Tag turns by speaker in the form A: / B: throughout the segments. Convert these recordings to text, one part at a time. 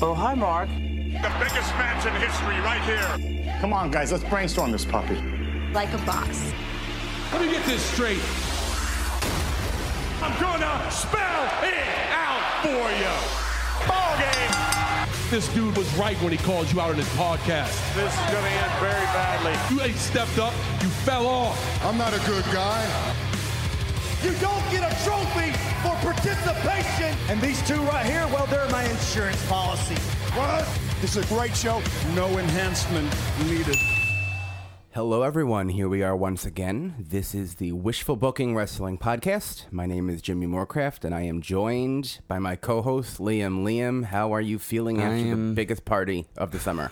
A: Oh, hi, Mark.
B: The biggest match in history right here.
C: Come on, guys, let's brainstorm this puppy.
D: Like a boss.
E: Let me get this straight.
B: I'm gonna spell it out for you. Ball game.
E: This dude was right when he called you out on his podcast.
B: This is gonna end very badly.
E: You ain't stepped up. You fell off.
F: I'm not a good guy.
G: You don't get a trophy for participation.
H: And these two right here, well, they're my insurance policy.
F: What? This is a great show. No enhancement needed.
I: Hello, everyone. Here we are once again. This is the Wishful Booking Wrestling Podcast. My name is Jimmy Moorcraft, and I am joined by my co host, Liam. Liam, how are you feeling after
J: am-
I: the biggest party of the summer?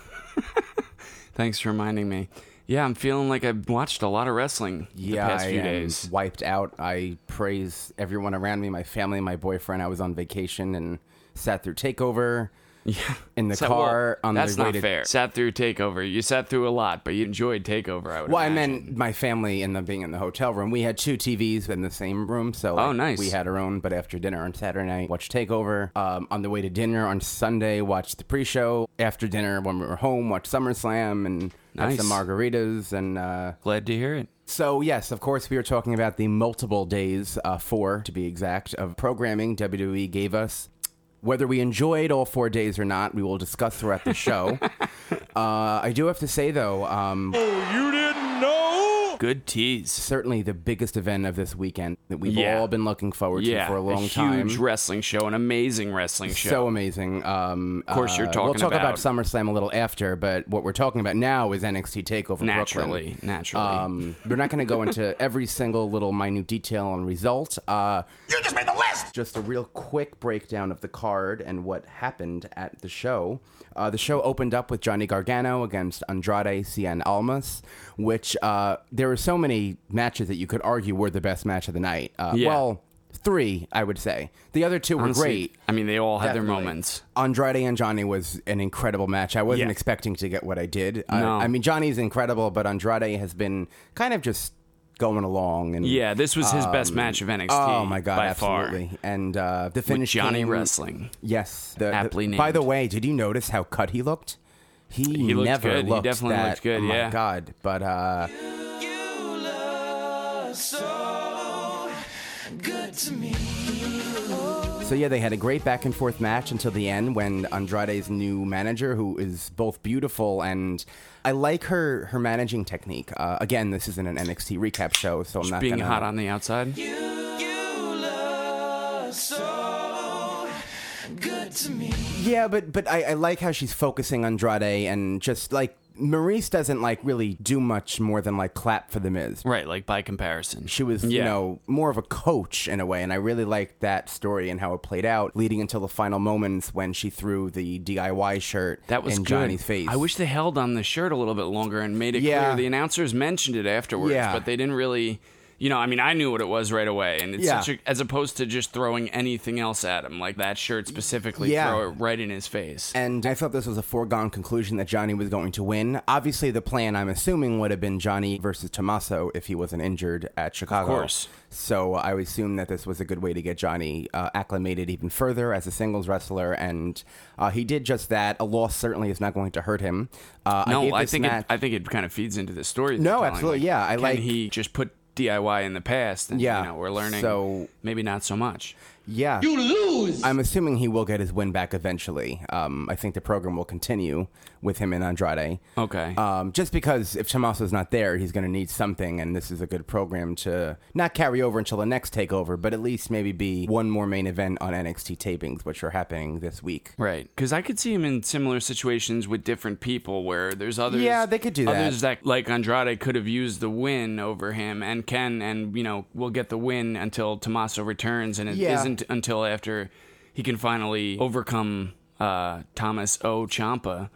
J: Thanks for reminding me. Yeah, I'm feeling like I've watched a lot of wrestling the past
I: I
J: few
I: am
J: days.
I: wiped out. I praise everyone around me, my family, my boyfriend. I was on vacation and sat through Takeover.
J: Yeah.
I: in the
J: So,
I: car
J: well,
I: on
J: that's
I: the way
J: not
I: to-
J: fair. Sat through Takeover. You sat through a lot, but you enjoyed Takeover. I would.
I: Well, I
J: imagine.
I: meant my family and them being in the hotel room. We had two TVs in the same room, so like,
J: Oh, nice.
I: We had our own, but after dinner on Saturday night, watched Takeover. Um, on the way to dinner on Sunday, watched the pre-show. After dinner, when we were home, watched SummerSlam and
J: Nice.
I: had some margaritas. And uh,
J: Glad to hear it.
I: so, yes, of course, we were talking about the multiple days, uh, four to be exact, of programming WWE gave us. Whether we enjoyed all four days or not, we will discuss throughout the show. uh, I do have to say though. Um,
B: You didn't know?
J: Good tease.
I: certainly the biggest event of this weekend that we've
J: Yeah.
I: all been looking forward to
J: Yeah,
I: for a long
J: huge
I: time.
J: wrestling show, an amazing wrestling show.
I: So amazing. Um, of
J: course you're
I: We'll
J: talking
I: talk about,
J: about-
I: SummerSlam a little after, but what we're talking about now is NXT Takeover.
J: naturally,
I: Brooklyn.
J: naturally.
I: Um, we're not going to go into every single little minute detail and result. Uh,
B: You just made the list.
I: just a real quick breakdown of the card and what happened at the show. Uh, the show opened up with Johnny Gargano against Andrade Cien Almas, which uh, there were so many matches that you could argue were the best match of the night. Uh,
J: Yeah.
I: Well, three, I would say. The other two were
J: Honestly,
I: great.
J: I mean, they all had their
I: Definitely.
J: moments.
I: Andrade and Johnny was an incredible match. I wasn't
J: Yeah.
I: expecting to get what I did.
J: No.
I: I, I mean, Johnny's incredible, but Andrade has been kind of just going along and
J: Yeah, this was his best match of NXT.
I: Oh my god,
J: by
I: absolutely!
J: Far.
I: And uh, the
J: With
I: finish
J: Johnny
I: came-
J: wrestling.
I: Yes, the- the-
J: Aptly
I: By the
J: named.
I: way, did you notice how cut he looked? He,
J: He looked
I: never
J: good. He
I: looked
J: definitely
I: that.
J: looked good,
I: Oh my
J: yeah.
I: god! But uh, so yeah, they had a great back and forth match until the end when Andrade's new manager, who is both beautiful and I like her her managing technique. Uh, again, this isn't an NXT recap show, so I'm not
J: Being
I: gonna,
J: hot on the outside.
I: Yeah, but but I, I like how she's focusing Andrade and just like Maurice doesn't like really do much more than like clap for the Miz.
J: Right, like by comparison.
I: She was, you
J: Yeah.
I: know, more of a coach in a way, and I really liked that story and how it played out, leading until the final moments when she threw the DIY shirt
J: That was
I: in
J: good.
I: Johnny's face.
J: I wish they held on the shirt a little bit longer and made it
I: Yeah.
J: clear. The announcers mentioned it afterwards,
I: Yeah.
J: but they didn't really. You know, I mean, I knew what it was right away, and it's
I: Yeah.
J: such a, as opposed to just throwing anything else at him, like that shirt specifically,
I: Yeah.
J: throw it right in his face.
I: And I thought this was a foregone conclusion that Johnny was going to win. Obviously, the plan, I'm assuming, would have been Johnny versus Tommaso if he wasn't injured at Chicago.
J: course.
I: So I would assume that this was a good way to get Johnny uh, acclimated even further as a singles wrestler. And uh, he did just that. A loss certainly is not going to hurt him. Uh, I,
J: no,
I: gave
J: I,
I: this
J: think
I: match-
J: it, I think it kind of feeds into the story.
I: No,
J: they're telling,
I: absolutely, yeah, I
J: can
I: like-
J: he just put DIY in the past, and
I: Yeah,
J: you know, we're learning.
I: so-
J: maybe not so much.
I: Yeah. You lose! I'm assuming he will get his win back eventually. Um, I think the program will continue with him and Andrade.
J: Okay.
I: Um, just because if Tommaso's not there, he's going to need something, and this is a good program to not carry over until the next takeover, but at least maybe be one more main event on NXT tapings, which are happening this week.
J: Right, because I could see him in similar situations with different people where there's others.
I: Yeah, they could do that.
J: Others that like Andrade could have used the win over him and can, and you know, will get the win until Tommaso returns, and it
I: Yeah.
J: not until after he can finally overcome uh, Thomas O. Champa,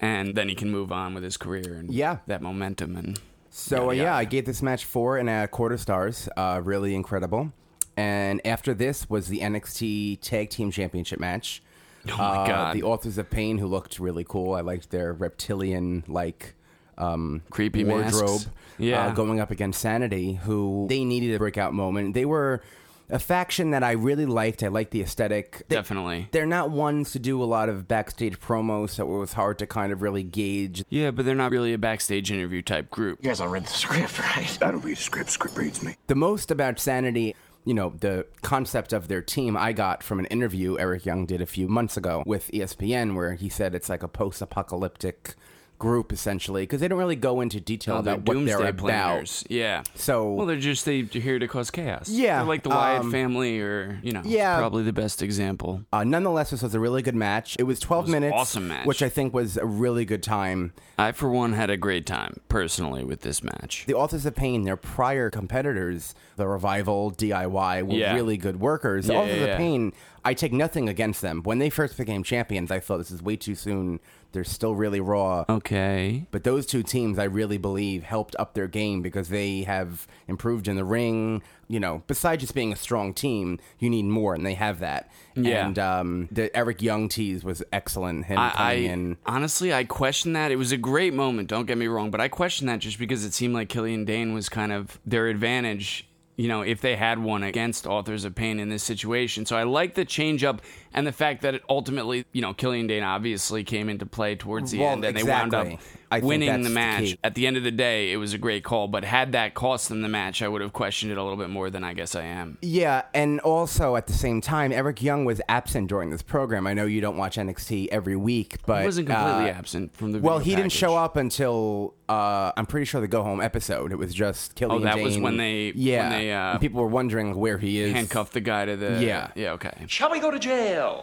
J: and then he can move on with his career and
I: Yeah.
J: that momentum and.
I: So uh,
J: yada,
I: yeah,
J: yada.
I: I gave this match four and a quarter stars. Uh, really incredible. And after this was the NXT Tag Team Championship match.
J: Oh my
I: Uh,
J: God.
I: The Authors of Pain, who looked really cool. I liked their reptilian like um,
J: Creepy masks.
I: wardrobe.
J: Yeah.
I: uh, going up against Sanity, who they needed a breakout moment. They were. a faction that I really liked. I liked the aesthetic. They-
J: Definitely.
I: They're not ones to do a lot of backstage promos, so it was hard to kind of really gauge.
J: Yeah, but they're not really a backstage interview type group.
A: You guys all read the script, right? I don't read script. Script reads me.
I: The most about Sanity, you know, the concept of their team, I got from an interview Eric Young did a few months ago with E ESPN, where he said it's like a post apocalyptic group, essentially, because they don't really go into detail
J: Oh, they're
I: about what
J: doomsday
I: they're about.
J: planners. Yeah.
I: So-
J: well, they're just they, they're here to cause chaos.
I: Yeah,
J: They're like the Wyatt
I: um,
J: family, or you know,
I: yeah.
J: probably the best example.
I: Uh, nonetheless, this was a really good match. It was 12
J: an
I: minutes,
J: awesome match.
I: which I think was a really good time.
J: I for one had a great time personally with this match.
I: The Authors of Pain, their prior competitors, the Revival, DIY, were
J: Yeah.
I: really good workers. The
J: Yeah,
I: Authors
J: yeah,
I: of
J: yeah.
I: Pain, I take nothing against them. When they first became champions, I thought this is way too soon. They're still really raw.
J: okay.
I: But those two teams, I really believe, helped up their game because they have improved in the ring. You know, besides just being a strong team, you need more, and they have that.
J: Yeah.
I: And um, the Eric Young tease was excellent. Him
J: I,
I: coming
J: I-
I: in.
J: honestly, I question that. It was a great moment. Don't get me wrong, but I question that just because it seemed like Killian Dane was kind of their advantage. You know, if they had one against Authors of Pain in this situation, so I like the change up and the fact that it ultimately, you know, Killian Dane obviously came into play towards the
I: Well,
J: end, and they wound
I: exactly.
J: up
I: I think
J: winning
I: that's
J: the
I: the
J: match.
I: key.
J: At the end of the day, it was a great call, but had that cost them the match, I would have questioned it a little bit more than I guess I am.
I: Yeah, and also at the same time, Eric Young was absent during this program. I know you don't watch NXT every week, but
J: He wasn't completely
I: uh,
J: absent from the.
I: Well,
J: video
I: he didn't
J: package.
I: show up until uh, I'm pretty sure the go home episode. It was just Killian.
J: Oh, that was
I: Dane.
J: when they-
I: yeah.
J: when they, uh,
I: And people were wondering where he is.
J: Handcuffed the guy to the.
I: Yeah.
J: Yeah. Okay.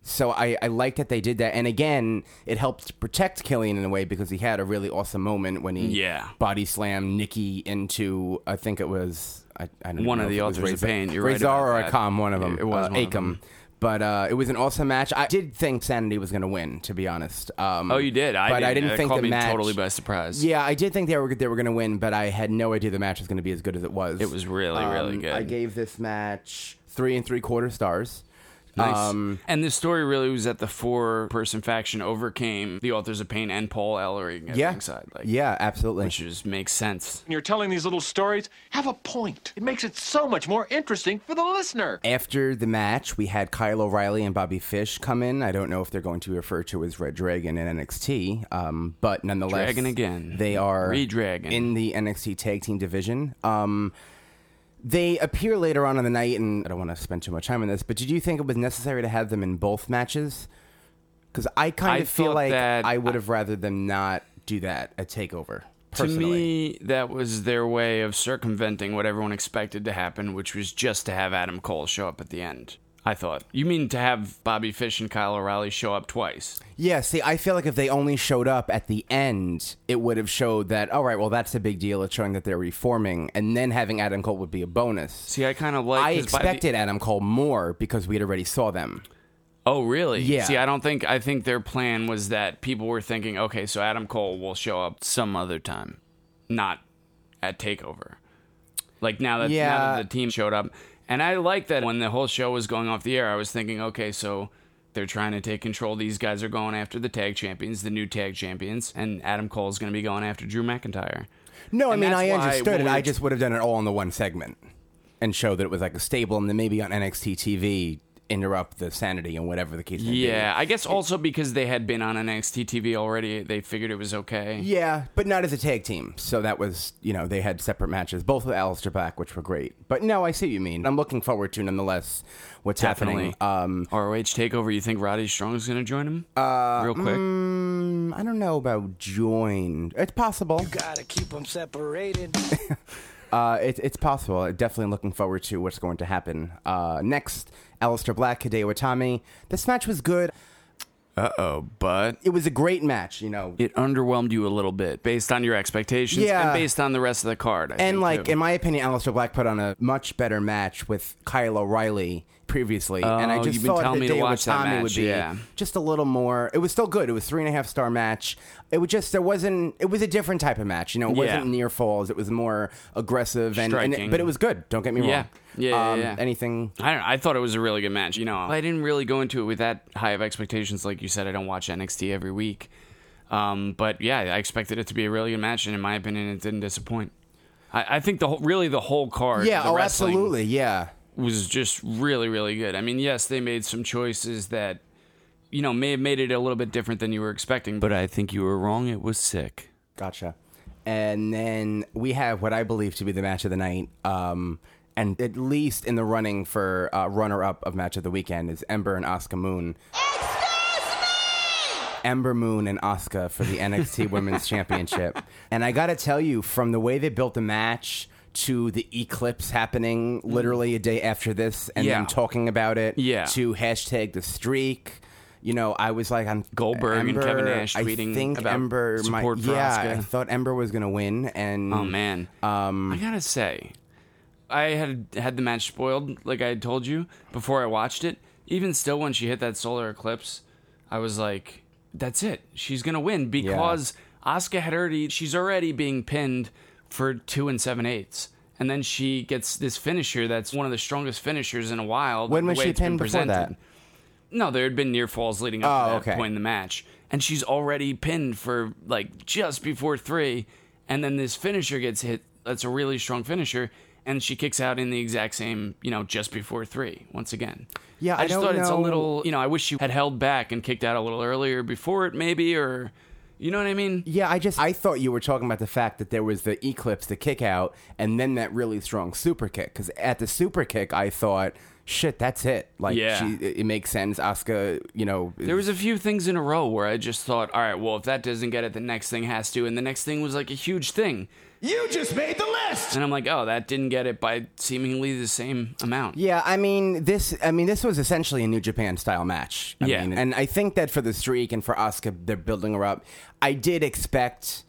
I: So I, I like that they did that, and again, it helped protect Killian in a way because he had a really awesome moment when he
J: Yeah.
I: body slammed Nikki into I think it was I, I don't
J: One
I: know if
J: of the
I: it was
J: authors of
I: Razor-
J: pain. You're right
I: Razor
J: about
I: or
J: that.
I: Akam, one of them.
J: It was
I: uh,
J: one of
I: Akam.
J: them.
I: But uh, it was an awesome match. I did think Sanity was going to win, to be honest. Um,
J: Oh, you did. I
I: but
J: didn't.
I: I didn't
J: That
I: think
J: caught
I: the
J: me
I: match
J: totally by surprise.
I: Yeah, I did think they were they were going to win, but I had no idea the match was going to be as good as it was.
J: It was really, really
I: Um,
J: good.
I: I gave this match three and three quarter stars.
J: Nice.
I: Um,
J: and the story really was that the four-person faction overcame the authors of pain and Paul Ellery at
I: yeah,
J: ringside. Like,
I: yeah, absolutely.
J: which just makes sense.
D: When you're telling these little stories, have a point. It makes it so much more interesting for the listener.
I: After the match, we had Kyle O'Reilly and Bobby Fish come in. I don't know if they're going to be referred to as Red Dragon in NXT, um, but nonetheless,
J: Dragon again.
I: They are
J: Re-dragon.
I: in the NXT Tag Team division. Um, they appear later on in the night, and I don't want to spend too much time on this, but did you think it was necessary to have them in both matches? Because I kind
J: I
I: of feel
J: thought
I: like
J: that-
I: I would have rather them not do that at Takeover. Personally.
J: To me, that was their way of circumventing what everyone expected to happen, which was just to have Adam Cole show up at the end. I thought. You mean to have Bobby Fish and Kyle O'Reilly show up twice?
I: Yeah, see, I feel like if they only showed up at the end, it would have showed that, all right, well, that's a big deal. It's showing that they're reforming. And then having Adam Cole would be a bonus.
J: See, I kind of like.
I: I
J: 'cause by the-
I: expected Adam Cole more because we had already saw them.
J: Oh, really?
I: Yeah.
J: See, I don't think I think their plan was that people were thinking, okay, so Adam Cole will show up some other time, not at Takeover. Like now that now
I: Yeah.
J: that the team showed up, and I like that when the whole show was going off the air, I was thinking, okay, so they're trying to take control. These guys are going after the tag champions, the new tag champions, and Adam Cole's going to be going after Drew McIntyre.
I: No, I
J: And
I: mean,
J: that's
I: I
J: why
I: understood
J: when
I: it.
J: we
I: I
J: were-
I: just would have done it all in the one segment and show that it was like a stable and then maybe on NXT TV interrupt the sanity and whatever the case may be.
J: Yeah, I guess also because they had been on NXT TV already, they figured it was okay.
I: Yeah, but not as a tag team. So that was, you know, they had separate matches, both with Alistair Black, which were great. But no, I see what you mean. I'm looking forward to, nonetheless, what's
J: Definitely.
I: happening.
J: ROH takeover. You think Roddy Strong's going to join him? Uh, Real quick.
I: Um, I don't know about join. It's possible.
H: Gotta keep them separated.
I: Uh, it, it's possible. I'm definitely looking forward to what's going to happen. Uh, next, Alistair Black, Hideo Itami. This match was good.
J: Uh oh, but
I: It was a great match, you know.
J: it underwhelmed you a little bit based on your expectations
I: Yeah.
J: and based on the rest of the card. I
I: and
J: think,
I: like
J: too.
I: in my opinion, Alistair Black put on a much better match with Kyle O'Reilly previously, and I
J: Oh,
I: just
J: you've been
I: thought that
J: telling me to
I: Day
J: watch
I: with
J: that
I: Tommy
J: match,
I: would be
J: yeah.
I: just a little more. It was still good. It was three and a half star match. It was just there wasn't. It was a different type of match. You know, it
J: Yeah.
I: wasn't near falls. It was more aggressive and, and-
J: Striking.
I: but it was good. Don't get me
J: Yeah.
I: wrong. Um,
J: Yeah, yeah, yeah.
I: Anything.
J: I don't know, I thought it was a really good match. You know, I didn't really go into it with that high of expectations. Like you said, I don't watch NXT every week. Um, but yeah, I expected it to be a really good match, and in my opinion, it didn't disappoint. I, I think the whole, really the whole card,
I: Yeah.
J: the
I: oh,
J: wrestling
I: absolutely. Yeah.
J: was just really, really good. I mean, yes, they made some choices that, you know, may have made it a little bit different than you were expecting, but I think you were wrong. It was sick.
I: Gotcha. And then we have what I believe to be the match of the night. Um, and at least in the running for uh, runner up of match of the weekend is Ember and Asuka Moon. Ember Moon and Asuka for the NXT Women's Championship. And I got to tell you, from the way they built the match to the eclipse happening literally a day after this and
J: Yeah.
I: them talking about it
J: Yeah.
I: to hashtag the streak. You know, I was like, I'm
J: Goldberg and
I: Ember,
J: Kevin Nash
I: I
J: tweeting
I: think
J: about
I: Ember might-
J: support for
I: yeah,
J: Asuka.
I: I thought Ember was gonna win, and
J: Oh man, um, I gotta say, I had had the match spoiled, like I had told you before I watched it. Even still, when she hit that solar eclipse, I was like, "That's it. She's gonna win because Asuka had already. She's already being pinned for two and seven eighths, and then she gets this finisher that's one of the strongest finishers in a while.
I: When
J: the
I: was
J: way
I: she
J: it's been
I: pinned before
J: presented.
I: that?
J: No, there had been near falls leading up
I: Oh,
J: to that
I: okay.
J: point in the match, and she's already pinned for like just before three, and then this finisher gets hit. That's a really strong finisher, and she kicks out in the exact same, you know, just before three once again.
I: Yeah, I
J: just
I: don't
J: thought it's a
I: know-
J: little, you know, I wish she had held back and kicked out a little earlier before it, maybe, or you know what I mean?
I: Yeah, I just I thought you were talking about the fact that there was the eclipse, the kick out, and then that really strong super kick. Because at the super kick, I thought, shit, that's it. Like,
J: Yeah.
I: she, it, it makes sense. Asuka, you know,
J: There was a few things in a row where I just thought, all right, well, if that doesn't get it, the next thing has to, and the next thing was like a huge thing.
B: You just made the list.
J: And I'm like, oh, that didn't get it by seemingly the same amount.
I: Yeah, I mean this. I mean this was essentially a New Japan style match. I
J: Yeah.
I: mean, and I think that for the streak and for Asuka, they're building her up. I did expect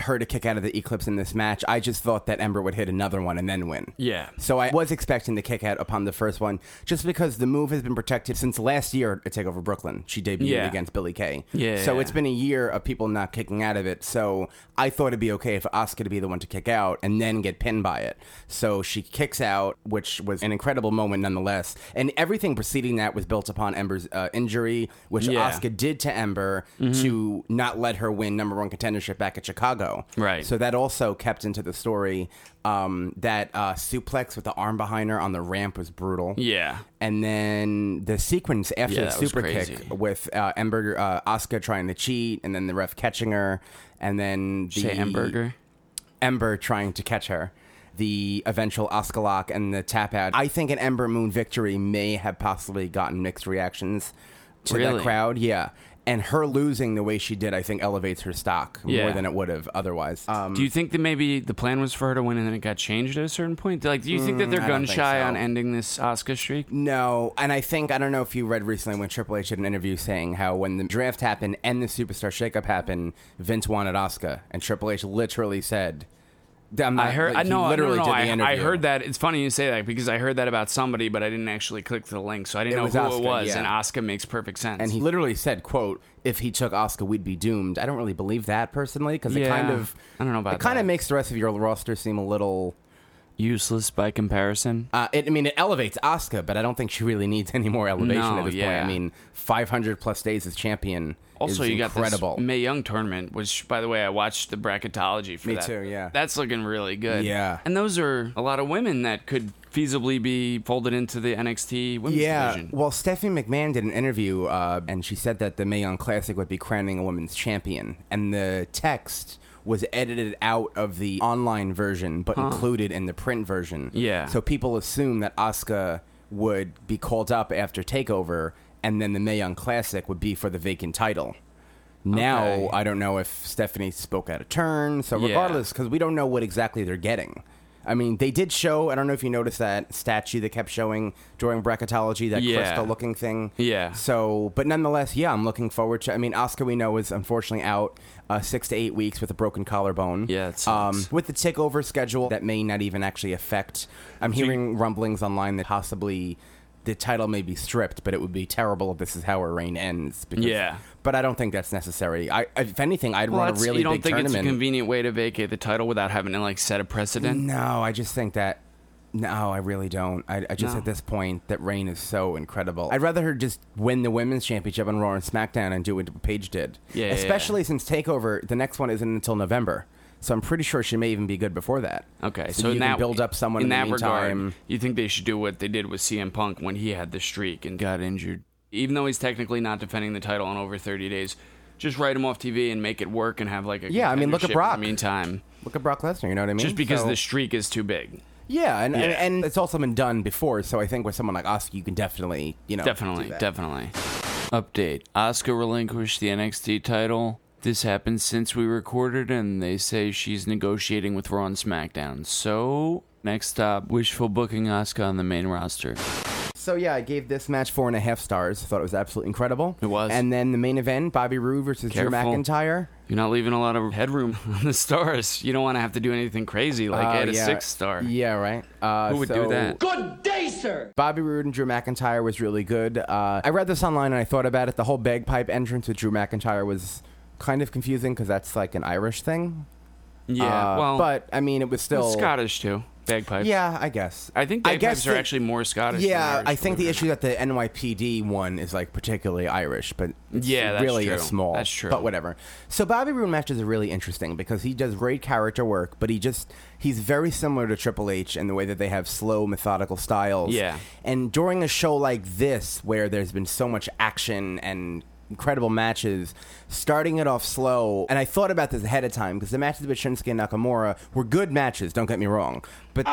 I: her to kick out of the Eclipse in this match. I just thought that Ember would hit another one and then win.
J: Yeah.
I: So I was expecting the kick out upon the first one, just because the move has been protected since last year at Takeover Brooklyn. She debuted
J: Yeah.
I: against Billy Kay.
J: Yeah,
I: So
J: yeah.
I: it's been a year of people not kicking out of it. So I thought it'd be okay for Asuka to be the one to kick out and then get pinned by it. So she kicks out, which was an incredible moment nonetheless. And everything preceding that was built upon Ember's uh, injury, which
J: Yeah. Mm-hmm.
I: Asuka did to Ember to not let her win number one contendership back at Chicago.
J: Right.
I: So that also kept into the story. Um, that uh, suplex with the arm behind her on the ramp was brutal.
J: Yeah.
I: And then the sequence after
J: Yeah,
I: the
J: that was
I: super
J: crazy.
I: kick with uh, Ember, uh, Asuka trying to cheat, and then the ref catching her, and then the
J: Say hamburger.
I: Ember trying to catch her, the eventual Asuka lock, and the tap out. I think an Ember Moon victory may have possibly gotten mixed reactions to
J: Really?
I: the crowd. Yeah. And her losing the way she did, I think, elevates her stock
J: Yeah.
I: more than it would have otherwise. Um,
J: do you think that maybe the plan was for her to win and then it got changed at a certain point? Like, do you think that they're
I: Mm, I don't
J: gun
I: think
J: shy
I: so. Mm,
J: on ending this Oscar streak?
I: No, and I think I don't know if you read recently when Triple H did an interview saying how when the draft happened and the superstar shakeup happened, Vince wanted Oscar, and Triple H literally said, "I'm not."
J: I heard.
I: like,
J: I
I: he
J: know.
I: literally
J: no,
I: did
J: no,
I: the
J: no, I, I
I: interview.
J: heard that. It's funny you say that because I heard that about somebody, but I didn't actually click the link, so I didn't
I: It
J: know
I: was
J: who
I: Asuka,
J: it was.
I: yeah.
J: And Oscar makes perfect sense.
I: and he literally said, "quote If he took Oscar, we'd be doomed." I don't really believe that personally because it
J: Yeah,
I: kind of
J: I don't know about
I: it. Kind
J: that.
I: of makes the rest of your roster seem a little.
J: useless by comparison.
I: Uh, it, I mean, it elevates Oscar, but I don't think she really needs any more elevation
J: No,
I: at this
J: yeah.
I: point. I mean, 500 plus days as champion.
J: Also,
I: is
J: you got
I: incredible.
J: this May Young tournament, which, by the way, I watched the bracketology for
I: Me
J: that.
I: too, yeah.
J: that's looking really good.
I: Yeah.
J: and those are a lot of women that could feasibly be folded into the NXT women's
I: Yeah.
J: division.
I: Well, Stephanie McMahon did an interview, uh, and she said that the Mayon Classic would be crowning a women's champion, and the text was edited out of the online version, but included in the print version.
J: Yeah.
I: So people assume that Asuka would be called up after Takeover, and then the Mayon Classic would be for the vacant title. Now
J: Okay.
I: I don't know if Stephanie spoke out of turn. So
J: Yeah.
I: regardless, because we don't know what exactly they're getting. I mean, they did show. I don't know if you noticed that statue they kept showing during bracketology, that
J: Yeah.
I: crystal-looking thing.
J: Yeah.
I: So, but nonetheless, yeah, I'm looking forward to. I mean, Oscar we know is unfortunately out uh, six to eight weeks with a broken collarbone. Um,
J: Yeah, it sucks.
I: with the tick over schedule, that may not even actually affect. I'm hearing rumblings online that possibly. The title may be stripped, but it would be terrible if this is how her reign ends. Because,
J: Yeah.
I: but I don't think that's necessary. I, if anything, I'd
J: Well,
I: run a
J: that's-
I: really
J: you don't
I: big
J: think
I: tournament.
J: it's a convenient way to vacate the title without having to like set a precedent?
I: No, I just think that. No, I really don't. I, I just
J: No.
I: at this point that Reign is so incredible. I'd rather her just win the women's championship on Raw and SmackDown and do what Paige did.
J: Yeah, yeah,
I: Especially since Takeover, the next one isn't until November, So I'm pretty sure she may even be good before that.
J: Okay,
I: so,
J: so,
I: you
J: in
I: can
J: that
I: build up someone in,
J: in, that
I: the meantime.
J: regard. You think they should do what they did with CM Punk when he had the streak and got injured, even though he's technically not defending the title in over 30 days. Just write him off TV and make it work and have like a
I: Yeah, I mean, look at
J: contendership
I: Brock.
J: In the meantime,
I: Look at Brock Lesnar. You know what I mean?
J: just because
I: So-
J: the streak is too big.
I: yeah, and, and and it's also been done before. So I think with someone like Oscar, you can definitely you know
J: Definitely,
I: do that.
J: definitely. Update: Oscar relinquished the NXT title. This happened since we recorded, and they say she's negotiating with Raw and SmackDown. So next stop, wishful booking Oscar on the main roster.
I: So yeah, I gave this match four and a half stars. Thought it was absolutely incredible.
J: It was.
I: And then the main event: Bobby Roode versus Drew
J: Careful.
I: McIntyre.
J: You're not leaving a lot of headroom on the stars. You don't want to have to do anything crazy like
I: Oh,
J: add a
I: yeah.
J: six star.
I: Yeah, right. Uh,
J: Who would
I: so
J: do that?
I: Bobby Roode and Drew McIntyre was really good. Uh, I read this online and I thought about it. The whole bagpipe entrance with Drew McIntyre was kind of confusing because that's like an Irish thing.
J: Yeah,
I: Uh,
J: well,
I: but I mean, it was still
J: Scottish too. Bagpipes.
I: Yeah, I guess.
J: I think
I: I guess
J: bagpipes are
I: the-
J: actually more Scottish. than
I: Yeah,
J: Irish,
I: I think the
J: believe it
I: issue that the NYPD one is like particularly Irish, but it's
J: Yeah, that's
I: really a
J: true.
I: small.
J: That's true.
I: But whatever. So Bobby Roode matches are really interesting because he does great character work, but he just he's very similar to Triple H in the way that they have slow, methodical styles.
J: Yeah.
I: And during a show like this, where there's been so much action and incredible matches, starting it off slow, and I thought about this ahead of time because the matches with Shinsuke and Nakamura were good matches. Don't get me wrong, but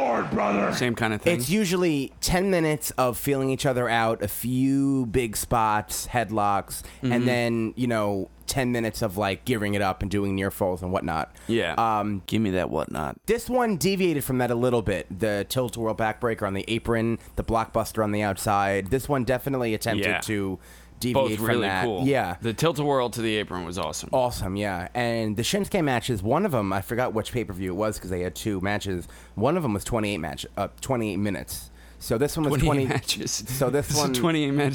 J: is. Same kind of thing.
I: it's usually 10 minutes of feeling each other out, a few big spots, headlocks,
J: Mm-hmm.
I: and then, you know, 10 minutes of like gearing it up and doing near falls and whatnot.
J: yeah.
I: Um,
J: Give me that whatnot.
I: this one deviated from that a little bit. The tilt whirl backbreaker on the apron, the blockbuster on the outside. This one definitely attempted
J: Yeah.
I: to
J: Both
I: deviate from
J: really
I: that.
J: cool.
I: Yeah.
J: The tilt a whirl to the apron was awesome.
I: Awesome, yeah. And the Shinsuke matches, one of them, I forgot which pay per view it was because they had two matches. One of them was 28 match, uh, 28 minutes. So this one was 20
J: 28 matches.
I: So this
J: is a
I: one
J: 28 match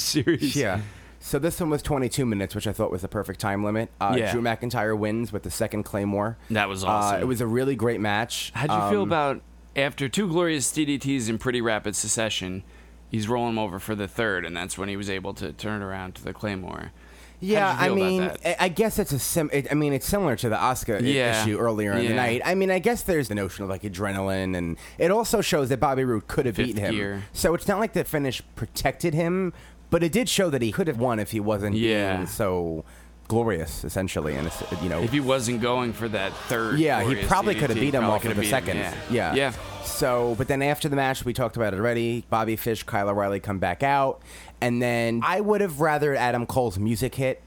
J: series.
I: Yeah. So this one was 22 minutes, which I thought was the perfect time limit. Uh,
J: Yeah.
I: Drew McIntyre wins with the second Claymore.
J: That was
I: Uh,
J: awesome.
I: it was a really great match.
J: How'd you feel about after two glorious DDTs in pretty rapid succession? He's rolling him over for the third, and that's when he was able to turn around to the Claymore.
I: Yeah,
J: How'd you feel
I: I mean,
J: about that?
I: I I guess it's a sim. It, I mean, it's similar to the Oscar e-,
J: Yeah.
I: issue earlier in the
J: Yeah.
I: night. I mean, I guess there's the notion of like adrenaline, and it also shows that Bobby Roode could have
J: Fifth
I: beaten him.
J: gear.
I: So it's not like the finish protected him, but it did show that he could have won if he wasn't
J: Yeah.
I: being so glorious, essentially. And it's, you know,
J: If he wasn't going for that third,
I: Yeah, he
J: glorious
I: probably
J: DDT,
I: could have beat him
J: probably
I: off
J: could
I: of
J: have
I: the
J: beat
I: second.
J: him,
I: yeah.
J: yeah,
I: So, but then after the match, we talked about it already. Bobby Fish, Kyle O'Reilly come back out, and then I would have rather Adam Cole's music hit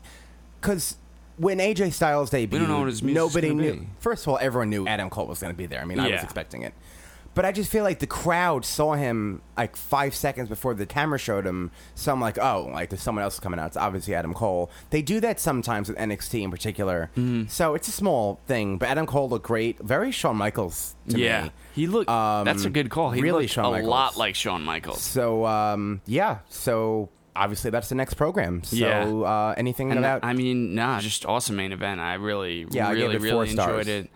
I: because when AJ Styles debuted,
J: don't know what his music's
I: nobody
J: gonna
I: knew.
J: be.
I: First of all, everyone knew Adam Cole was going to be there. I mean, I was
J: Yeah.
I: expecting it. But I just feel like the crowd saw him like five seconds before the camera showed him. So I'm like, oh, like there's someone else coming out. It's obviously Adam Cole. They do that sometimes with NXT in particular.
J: Mm-hmm.
I: So it's a small thing, but Adam Cole looked great. Very Shawn Michaels to
J: yeah.
I: me.
J: He looked.
I: Um,
J: that's a good call. He
I: really
J: looked
I: Shawn
J: a
I: Michaels.
J: lot like Shawn Michaels.
I: So um, yeah. So obviously that's the next program. So
J: Yeah.
I: uh, anything
J: And
I: about
J: I mean, nah, just awesome main event. I really,
I: Yeah, I gave
J: really,
I: it four
J: really
I: stars.
J: enjoyed it.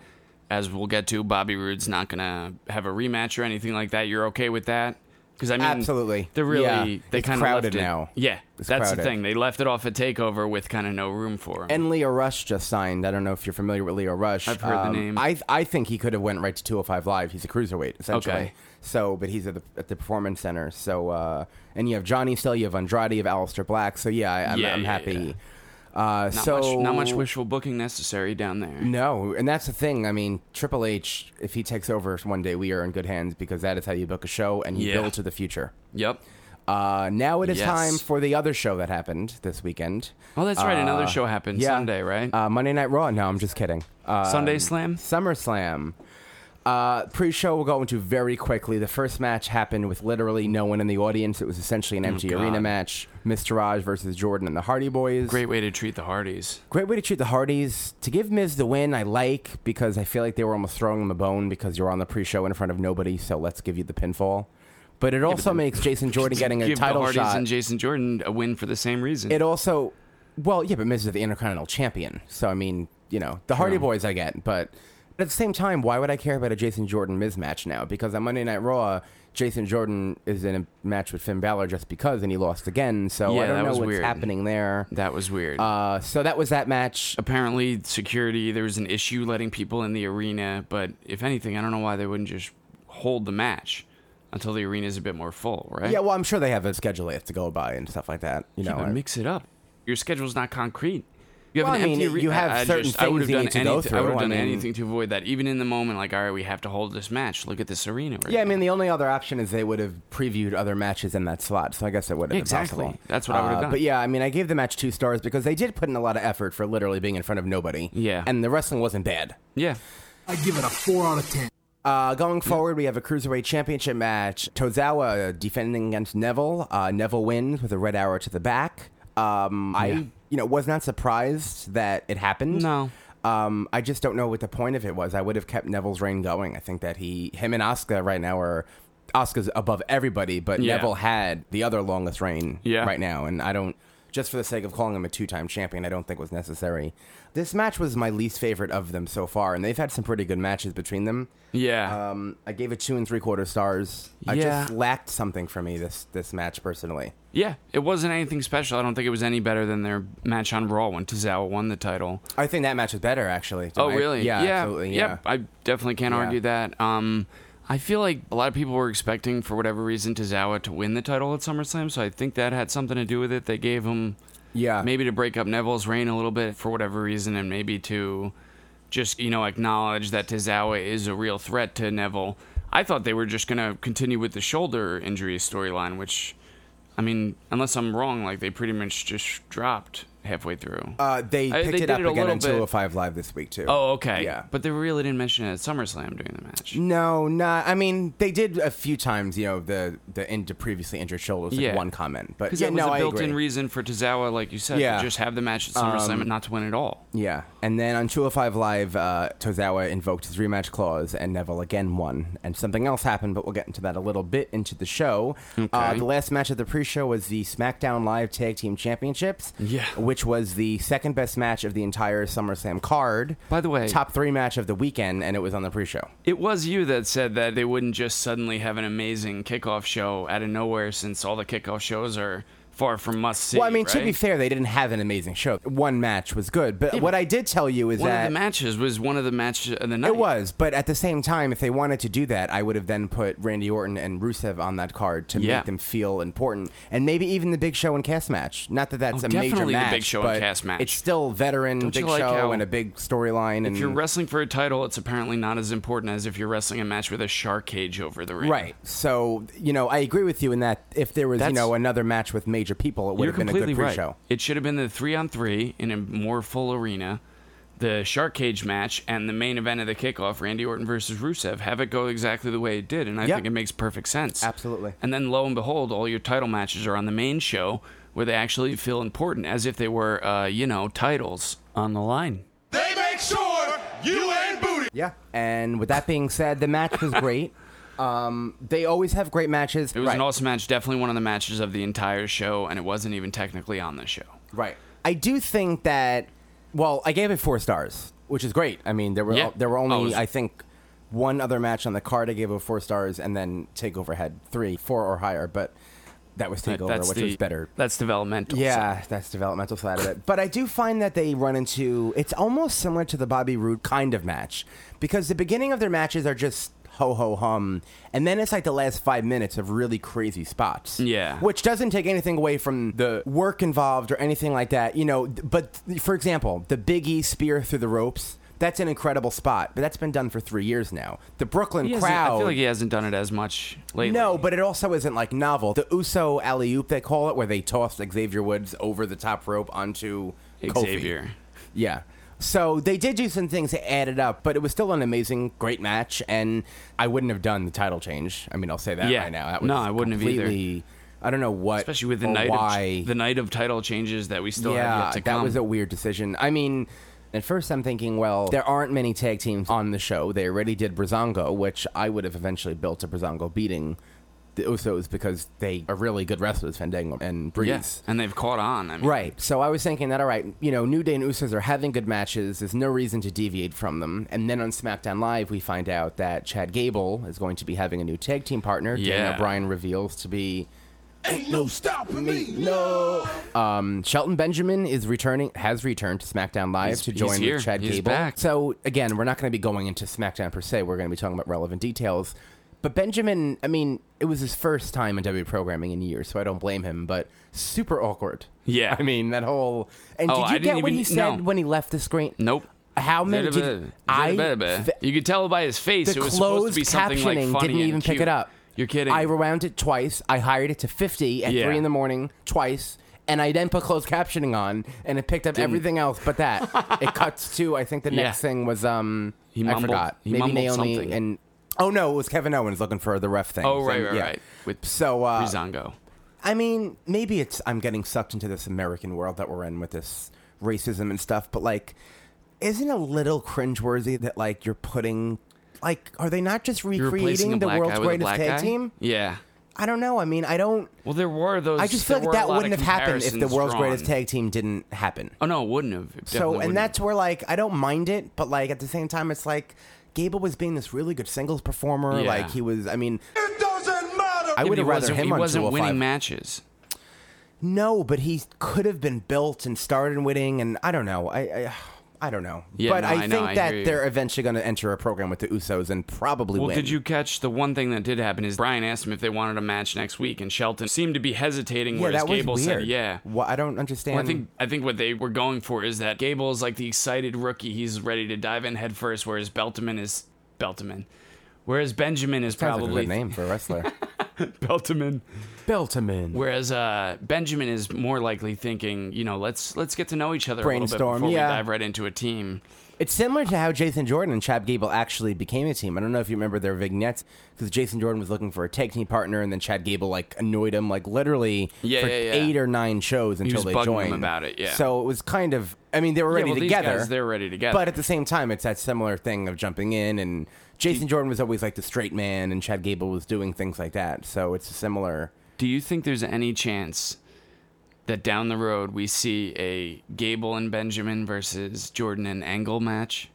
J: As we'll get to, Bobby Roode's not gonna have a rematch or anything like that. You're okay with that? Because I mean,
I: Absolutely.
J: They're really
I: Yeah.
J: they
I: It's
J: kind of
I: crowded
J: left it,
I: now.
J: Yeah,
I: It's
J: that's
I: crowded.
J: the thing. They left it off at Takeover with kind of no room for him.
I: And Leo Rush just signed. I don't know if you're familiar with Leo Rush. Um,
J: I've heard the name.
I: I I think he could have went right to 205 Live. He's a cruiserweight essentially.
J: Okay.
I: So, but he's at the, at the Performance Center. So, uh, and you have Johnny still, you have Andrade, you have Aleister Black. So yeah, I, I'm,
J: Yeah,
I: I'm
J: yeah,
I: happy. Uh,
J: not
I: so
J: much, not much wishful booking necessary down there.
I: No, and that's the thing. I mean, Triple H, if he takes over one day, we are in good hands because that is how you book a show and you
J: Yeah.
I: build to the future.
J: Yep.
I: Uh, now it is
J: Yes.
I: time for the other show that happened this weekend.
J: Oh, that's right. Another
I: Uh,
J: show happened
I: yeah.
J: Sunday, right?
I: Uh, Monday Night Raw. No, I'm just kidding. Uh,
J: Sunday Slam?
I: SummerSlam. Uh, pre-show we'll go into very quickly. The first match happened with literally no one in the audience. It was essentially an empty
J: Oh, God.
I: arena match. Mr. Raj versus Jordan and the Hardy Boys.
J: Great way to treat the Hardys.
I: Great way to treat the Hardys. To give Miz the win, I like because I feel like they were almost throwing him a bone because you're on the pre-show in front of nobody. So let's give you the pinfall. But it also makes Jason Jordan getting a
J: Give the
I: title
J: Hardys
I: shot.
J: and Jason Jordan a win for the same reason.
I: it also, well, yeah, but Miz is the Intercontinental Champion. So I mean, you know, the Hardy Boys I get, but But at the same time, why would I care about a Jason Jordan mismatch now? Because on Monday Night Raw, Jason Jordan is in a match with Finn Balor just because, and he lost again. So
J: Yeah,
I: I don't
J: that
I: know
J: was
I: what's
J: weird.
I: happening there.
J: That was weird.
I: Uh, so that was that match.
J: Apparently, security, there was an issue letting people in the arena, but if anything, I don't know why they wouldn't just hold the match until the arena is a bit more full, right?
I: Yeah, well, I'm sure they have a schedule they have to go by and stuff like that. You know,
J: But
I: I-
J: mix it up. Your schedule's not concrete. You
I: Well, I mean,
J: arena-
I: you have
J: I- I
I: certain
J: just- I
I: things
J: would've
I: you
J: done
I: need to go
J: anything- I would
I: through.
J: have
I: I
J: done
I: mean-
J: anything to avoid that. Even in the moment, like, all right, we have to hold this match. Look at this arena. Right
I: Yeah, I
J: now.
I: mean, the only other option is they would have previewed other matches in that slot, so I guess it would have
J: Exactly.
I: been possible.
J: That's what I would have
I: Uh,
J: done.
I: But yeah, I mean, I gave the match two stars because they did put in a lot of effort for literally being in front of nobody.
J: Yeah.
I: And the wrestling wasn't bad.
J: yeah.
K: I give it a four out of ten.
I: Uh, going forward, we have a cruiserweight championship match. Tozawa uh, defending against Neville. Uh, Neville wins with a red arrow to the back. Um, I,
J: Yeah.
I: you know, was not surprised that it happened.
J: No.
I: Um, I just don't know what the point of it was. I would have kept Neville's reign going. I think that he, him, and Asuka right now are. Asuka's above everybody, but
J: Yeah.
I: Neville had the other longest reign
J: Yeah.
I: right now, and I don't. Just for the sake of calling him a two-time champion, I don't think was necessary. This match was my least favorite of them so far, and they've had some pretty good matches between them.
J: Yeah.
I: Um, I gave it two and three quarter stars. I
J: Yeah.
I: just lacked something for me this this match personally.
J: Yeah, it wasn't anything special. I don't think it was any better than their match on Raw when Tozawa won the title.
I: I think that match was better actually.
J: Oh,
I: I-
J: really?
I: Yeah, absolutely. Yeah.
J: Yep, I definitely can't
I: Yeah.
J: argue that. Um, I feel like a lot of people were expecting, for whatever reason, Tozawa to win the title at SummerSlam, so I think that had something to do with it. They gave him
I: yeah.
J: maybe to break up Neville's reign a little bit for whatever reason, and maybe to just you know acknowledge that Tozawa is a real threat to Neville. I thought they were just gonna continue with the shoulder injury storyline, which, I mean, unless I'm wrong, like they pretty much just dropped halfway through.
I: Uh, they
J: I-
I: picked
J: they
I: it
J: did
I: up
J: it a
I: again
J: little
I: on
J: bit.
I: 205 Live this week too.
J: oh, okay.
I: Yeah.
J: But they really didn't mention it at SummerSlam during the match.
I: no, not. I mean, they did a few times. You know, the the into previously injured shoulders. Like
J: Yeah.
I: One comment, but
J: Because
I: yeah,
J: it was
I: no,
J: a
I: I
J: built-in
I: agree.
J: reason for Tozawa, like you said,
I: Yeah. Um,
J: to just have the match at SummerSlam and not to win at all.
I: Yeah, and then on 205 Live, uh, Tozawa invoked his rematch clause, and Neville again won. And something else happened, but we'll get into that a little bit into the show. Uh, the last match of the pre-show was the SmackDown Live Tag Team Championships,
J: Yeah.
I: which was the second best match of the entire SummerSlam card.
J: By the way-
I: top three match of the weekend, and it was on the pre-show.
J: It was you that said that they wouldn't just suddenly have an amazing kickoff show out of nowhere since all the kickoff shows are far from must see.
I: well, I mean, to be
J: right?
I: fair, they didn't have an amazing show. One match was good, but what I did tell you is
J: one
I: that
J: of the matches was one of the matches of the night.
I: It was, but at the same time, if they wanted to do that, I would have then put Randy Orton and Rusev on that card to
J: Yeah.
I: make them feel important, and maybe even the Big Show and Cast match. Not that that's
J: Oh,
I: a major
J: definitely the
I: match,
J: Big Show and
I: but
J: Cass match.
I: It's still veteran
J: Don't you
I: Big
J: like
I: Show
J: how
I: and a big storyline.
J: If
I: and
J: you're wrestling for a title, it's apparently not as important as if you're wrestling a match with a shark cage over the ring.
I: Right, so you know, I agree with you in that if there was you
J: That's-
I: know another match with major people, it would
J: You're
I: have been a good
J: completely right.
I: pre-show.
J: It should have been the three on three in a more full arena, the shark cage match, and the main event of the kickoff, Randy Orton versus Rusev. Have it go exactly the way it did, and I
I: Yeah.
J: think it makes perfect sense.
I: Absolutely.
J: And then lo and behold, all your title matches are on the main show where they actually feel important, as if they were, uh, you know, titles on the line.
B: They make sure you ain't booty.
I: Yeah, and with that being said, the match was great. Um, they always have great matches.
J: It was
I: right.
J: an awesome match, definitely one of the matches of the entire show, and it wasn't even technically on the show.
I: Right. I do think that. Well, I gave it four stars, which is great. I mean, there were uh,
J: Yeah.
I: there were
J: Oh, it
I: only
J: was-
I: I think one other match on the card. I gave it four stars, and then Takeover had three, four or higher, but that was Takeover,
J: that's
I: which
J: the,
I: was better.
J: That's developmental.
I: Yeah, that's developmental side of it. But I do find that they run into it's almost similar to the Bobby Roode kind of match because the beginning of their matches are just ho ho hum, and then it's like the last five minutes of really crazy spots.
J: Yeah.
I: which doesn't take anything away from the work involved or anything like that. You know, th- but th- for example, the Big E spear through the ropes. That's an incredible spot, but that's been done for three years now. The Brooklyn
J: He hasn't-
I: crowd.
J: I feel like he hasn't done it as much lately.
I: No, but it also isn't like novel. The Uso alley oop they call it, where they tossed Xavier Woods over the top rope onto Kofi.
J: Xavier.
I: Yeah. So they did do some things that added up, but it was still an amazing, great match. And I wouldn't have done the title change. I mean, I'll say that
J: Yeah.
I: right now. That
J: No, I wouldn't have either.
I: completely- I don't know what,
J: especially with the
I: or
J: night
I: why
J: of the night of title changes that we still
I: yeah,
J: have yet to come.
I: that was a weird decision. I mean, at first I'm thinking, well, there aren't many tag teams on the show. They already did Brazongo, which I would have eventually built to Brazongo beating the Usos because they are really good wrestlers, Fandango and Breeze.
J: Yes, and they've caught on. I mean,
I: Right. So I was thinking that, all right, you know, New Day and Usos are having good matches. There's no reason to deviate from them. And then on SmackDown Live, we find out that Chad Gable is going to be having a new tag team partner.
J: Yeah.
I: Daniel Bryan reveals to be
K: Ain't no stopping me. No.
I: um, Shelton Benjamin is returning, has returned to SmackDown Live
J: He's-
I: to
J: he's
I: join
J: here.
I: with Chad
J: He's
I: Gable.
J: back.
I: So again, we're not going to be going into SmackDown per se. We're going to be talking about relevant details. But Benjamin, I mean, it was his first time in W programming in years, so I don't blame him. But super awkward.
J: Yeah.
I: I mean that whole. And
J: Oh,
I: did you
J: I
I: get
J: didn't
I: what
J: even-
I: he said
J: no.
I: when he left the screen?
J: Nope.
I: How many? Did, I
J: you could tell by his face.
I: the
J: it was supposed
I: closed
J: to be something like
I: captioning
J: funny
I: didn't
J: and
I: even pick
J: cute.
I: it up.
J: You're kidding.
I: I rewound it twice. I hired it to 50 at
J: Yeah.
I: 3 in the morning twice. And I then put closed captioning on, and it picked up everything else but that. it cuts to, I think the
J: Yeah.
I: next thing was, um,
J: He
I: I
J: mumbled-
I: forgot.
J: he
I: Maybe
J: mumbled
I: Naomi
J: something.
I: and, oh no, it was Kevin Owens looking for the ref thing.
J: oh right,
I: And-
J: right,
I: yeah.
J: right. With
I: So, uh,
J: Rizongo.
I: I mean, maybe it's I'm getting sucked into this American world that we're in with this racism and stuff, but like, isn't it a little cringeworthy that like you're putting like are they not just
J: You're replacing a
I: recreating the
J: black guy
I: world's
J: with a
I: greatest
J: black
I: tag
J: guy?
I: team?
J: Yeah.
I: I don't know. I mean, I don't.
J: Well, there were those.
I: I just feel
J: there
I: like
J: were a
I: that
J: lot of
I: wouldn't have happened if the
J: comparisons
I: world's
J: drawn.
I: greatest tag team didn't happen.
J: Oh no, it wouldn't have. It
I: So,
J: definitely
I: and
J: wouldn't have.
I: that's where like I don't mind it, but like at the same time, it's like Gable was being this really good singles performer.
J: Yeah.
I: Like he was. I mean,
G: It doesn't matter.
I: I
J: Yeah, but
I: would
J: he
I: have rather
J: wasn't-
I: him
J: He
I: on
J: wasn't
I: 205.
J: winning matches.
I: No, but he could have been built and started winning, and I don't know. I, I, I don't know.
J: Yeah,
I: but
J: no,
I: I
J: I
I: think
J: know, I
I: that
J: hear you.
I: they're eventually going to enter a program with the Usos and probably
J: Well,
I: win.
J: did you catch the one thing that did happen is Brian asked him if they wanted a match next week, and Shelton seemed to be hesitating,
I: Yeah,
J: whereas
I: that was
J: Gable
I: weird.
J: said, "Yeah."
I: Wha- I don't understand.
J: Well, I think I think what they were going for is that Gable is like the excited rookie; he's ready to dive in head first, whereas Beltman is Beltman, whereas Benjamin is
I: Sounds
J: probably
I: like a good name for a wrestler.
J: Beltman,
I: Beltaman.
J: whereas uh, Benjamin is more likely thinking, you know, let's let's get to know each other a little
I: Brainstorm,
J: bit before
I: yeah.
J: we dive right into a team.
I: It's similar to how Jason Jordan and Chad Gable actually became a team. I don't know if you remember their vignettes because Jason Jordan was looking for a tag team partner, and then Chad Gable like annoyed him like literally
J: Yeah,
I: for
J: yeah, yeah.
I: eight or nine shows until
J: was
I: they
J: bugging him
I: joined
J: about it, yeah.
I: so it was kind of. I mean, they were
J: Yeah,
I: ready
J: well, these
I: together.
J: guys, they're ready together.
I: But at the same time, it's that similar thing of jumping in, and Jason Jordan was always like the straight man, and Chad Gable was doing things like that. So it's similar.
J: Do you think there's any chance that down the road we see a Gable and Benjamin versus Jordan and Angle match?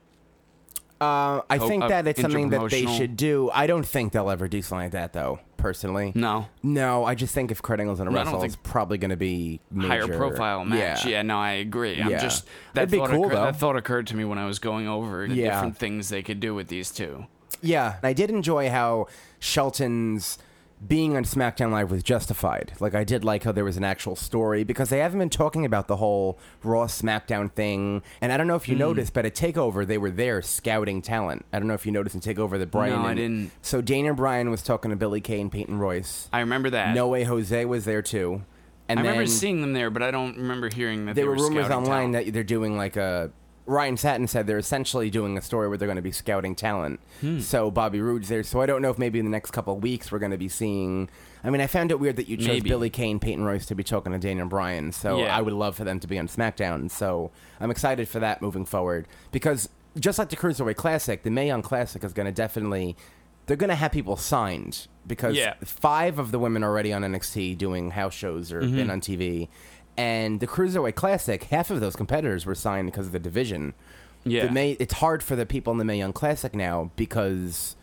I: Uh, I
J: Oh,
I: think
J: uh,
I: that it's something that they
J: interpromotional.
I: should do. I don't think they'll ever do something like that, though. Personally,
J: No.
I: No, I just think if Kurt Angle's going to
J: No, I don't
I: wrestle, it's
J: think-
I: probably going to be major.
J: Higher profile match. Yeah. no, I agree. I'm
I: Yeah.
J: just that
I: That'd be
J: thought
I: cool,
J: occurred,
I: though.
J: that thought occurred to me when I was going over the
I: Yeah.
J: different things they could do with these two.
I: Yeah. And I did enjoy how Shelton's being on SmackDown Live was justified. Like, I did like how there was an actual story because they haven't been talking about the whole Raw SmackDown thing. And I don't know if
J: Hmm.
I: you noticed, but at TakeOver, they were there scouting talent. I don't know if you noticed in TakeOver that Brian.
J: No, I
I: and-
J: didn't.
I: So Dana Bryan was talking to Billy Kay and Peyton Royce.
J: I remember that.
I: No Way Jose was there too. And
J: I
I: then,
J: remember seeing them there, but I don't remember hearing that
I: there were rumors
J: scouting
I: online
J: talent.
I: that they're doing like a Ryan Satin said they're essentially doing a story where they're going to be scouting talent.
J: Hmm.
I: So Bobby Roode's there. So I don't know if maybe in the next couple of weeks we're going to be seeing. I mean, I found it weird that you chose
J: Maybe.
I: Billy Kane, Peyton Royce to be talking to Daniel Bryan. So
J: Yeah.
I: I would love for them to be on SmackDown. So I'm excited for that moving forward because just like the Cruiserweight Classic, the Mae Young Classic is going to definitely they're going to have people signed because
J: Yeah.
I: five of the women already on NXT doing house shows or
J: Mm-hmm.
I: been on TV. And the Cruiserweight Classic, half of those competitors were signed because of the division.
J: Yeah.
I: The May, it's hard for the people in the Mae Young Classic now because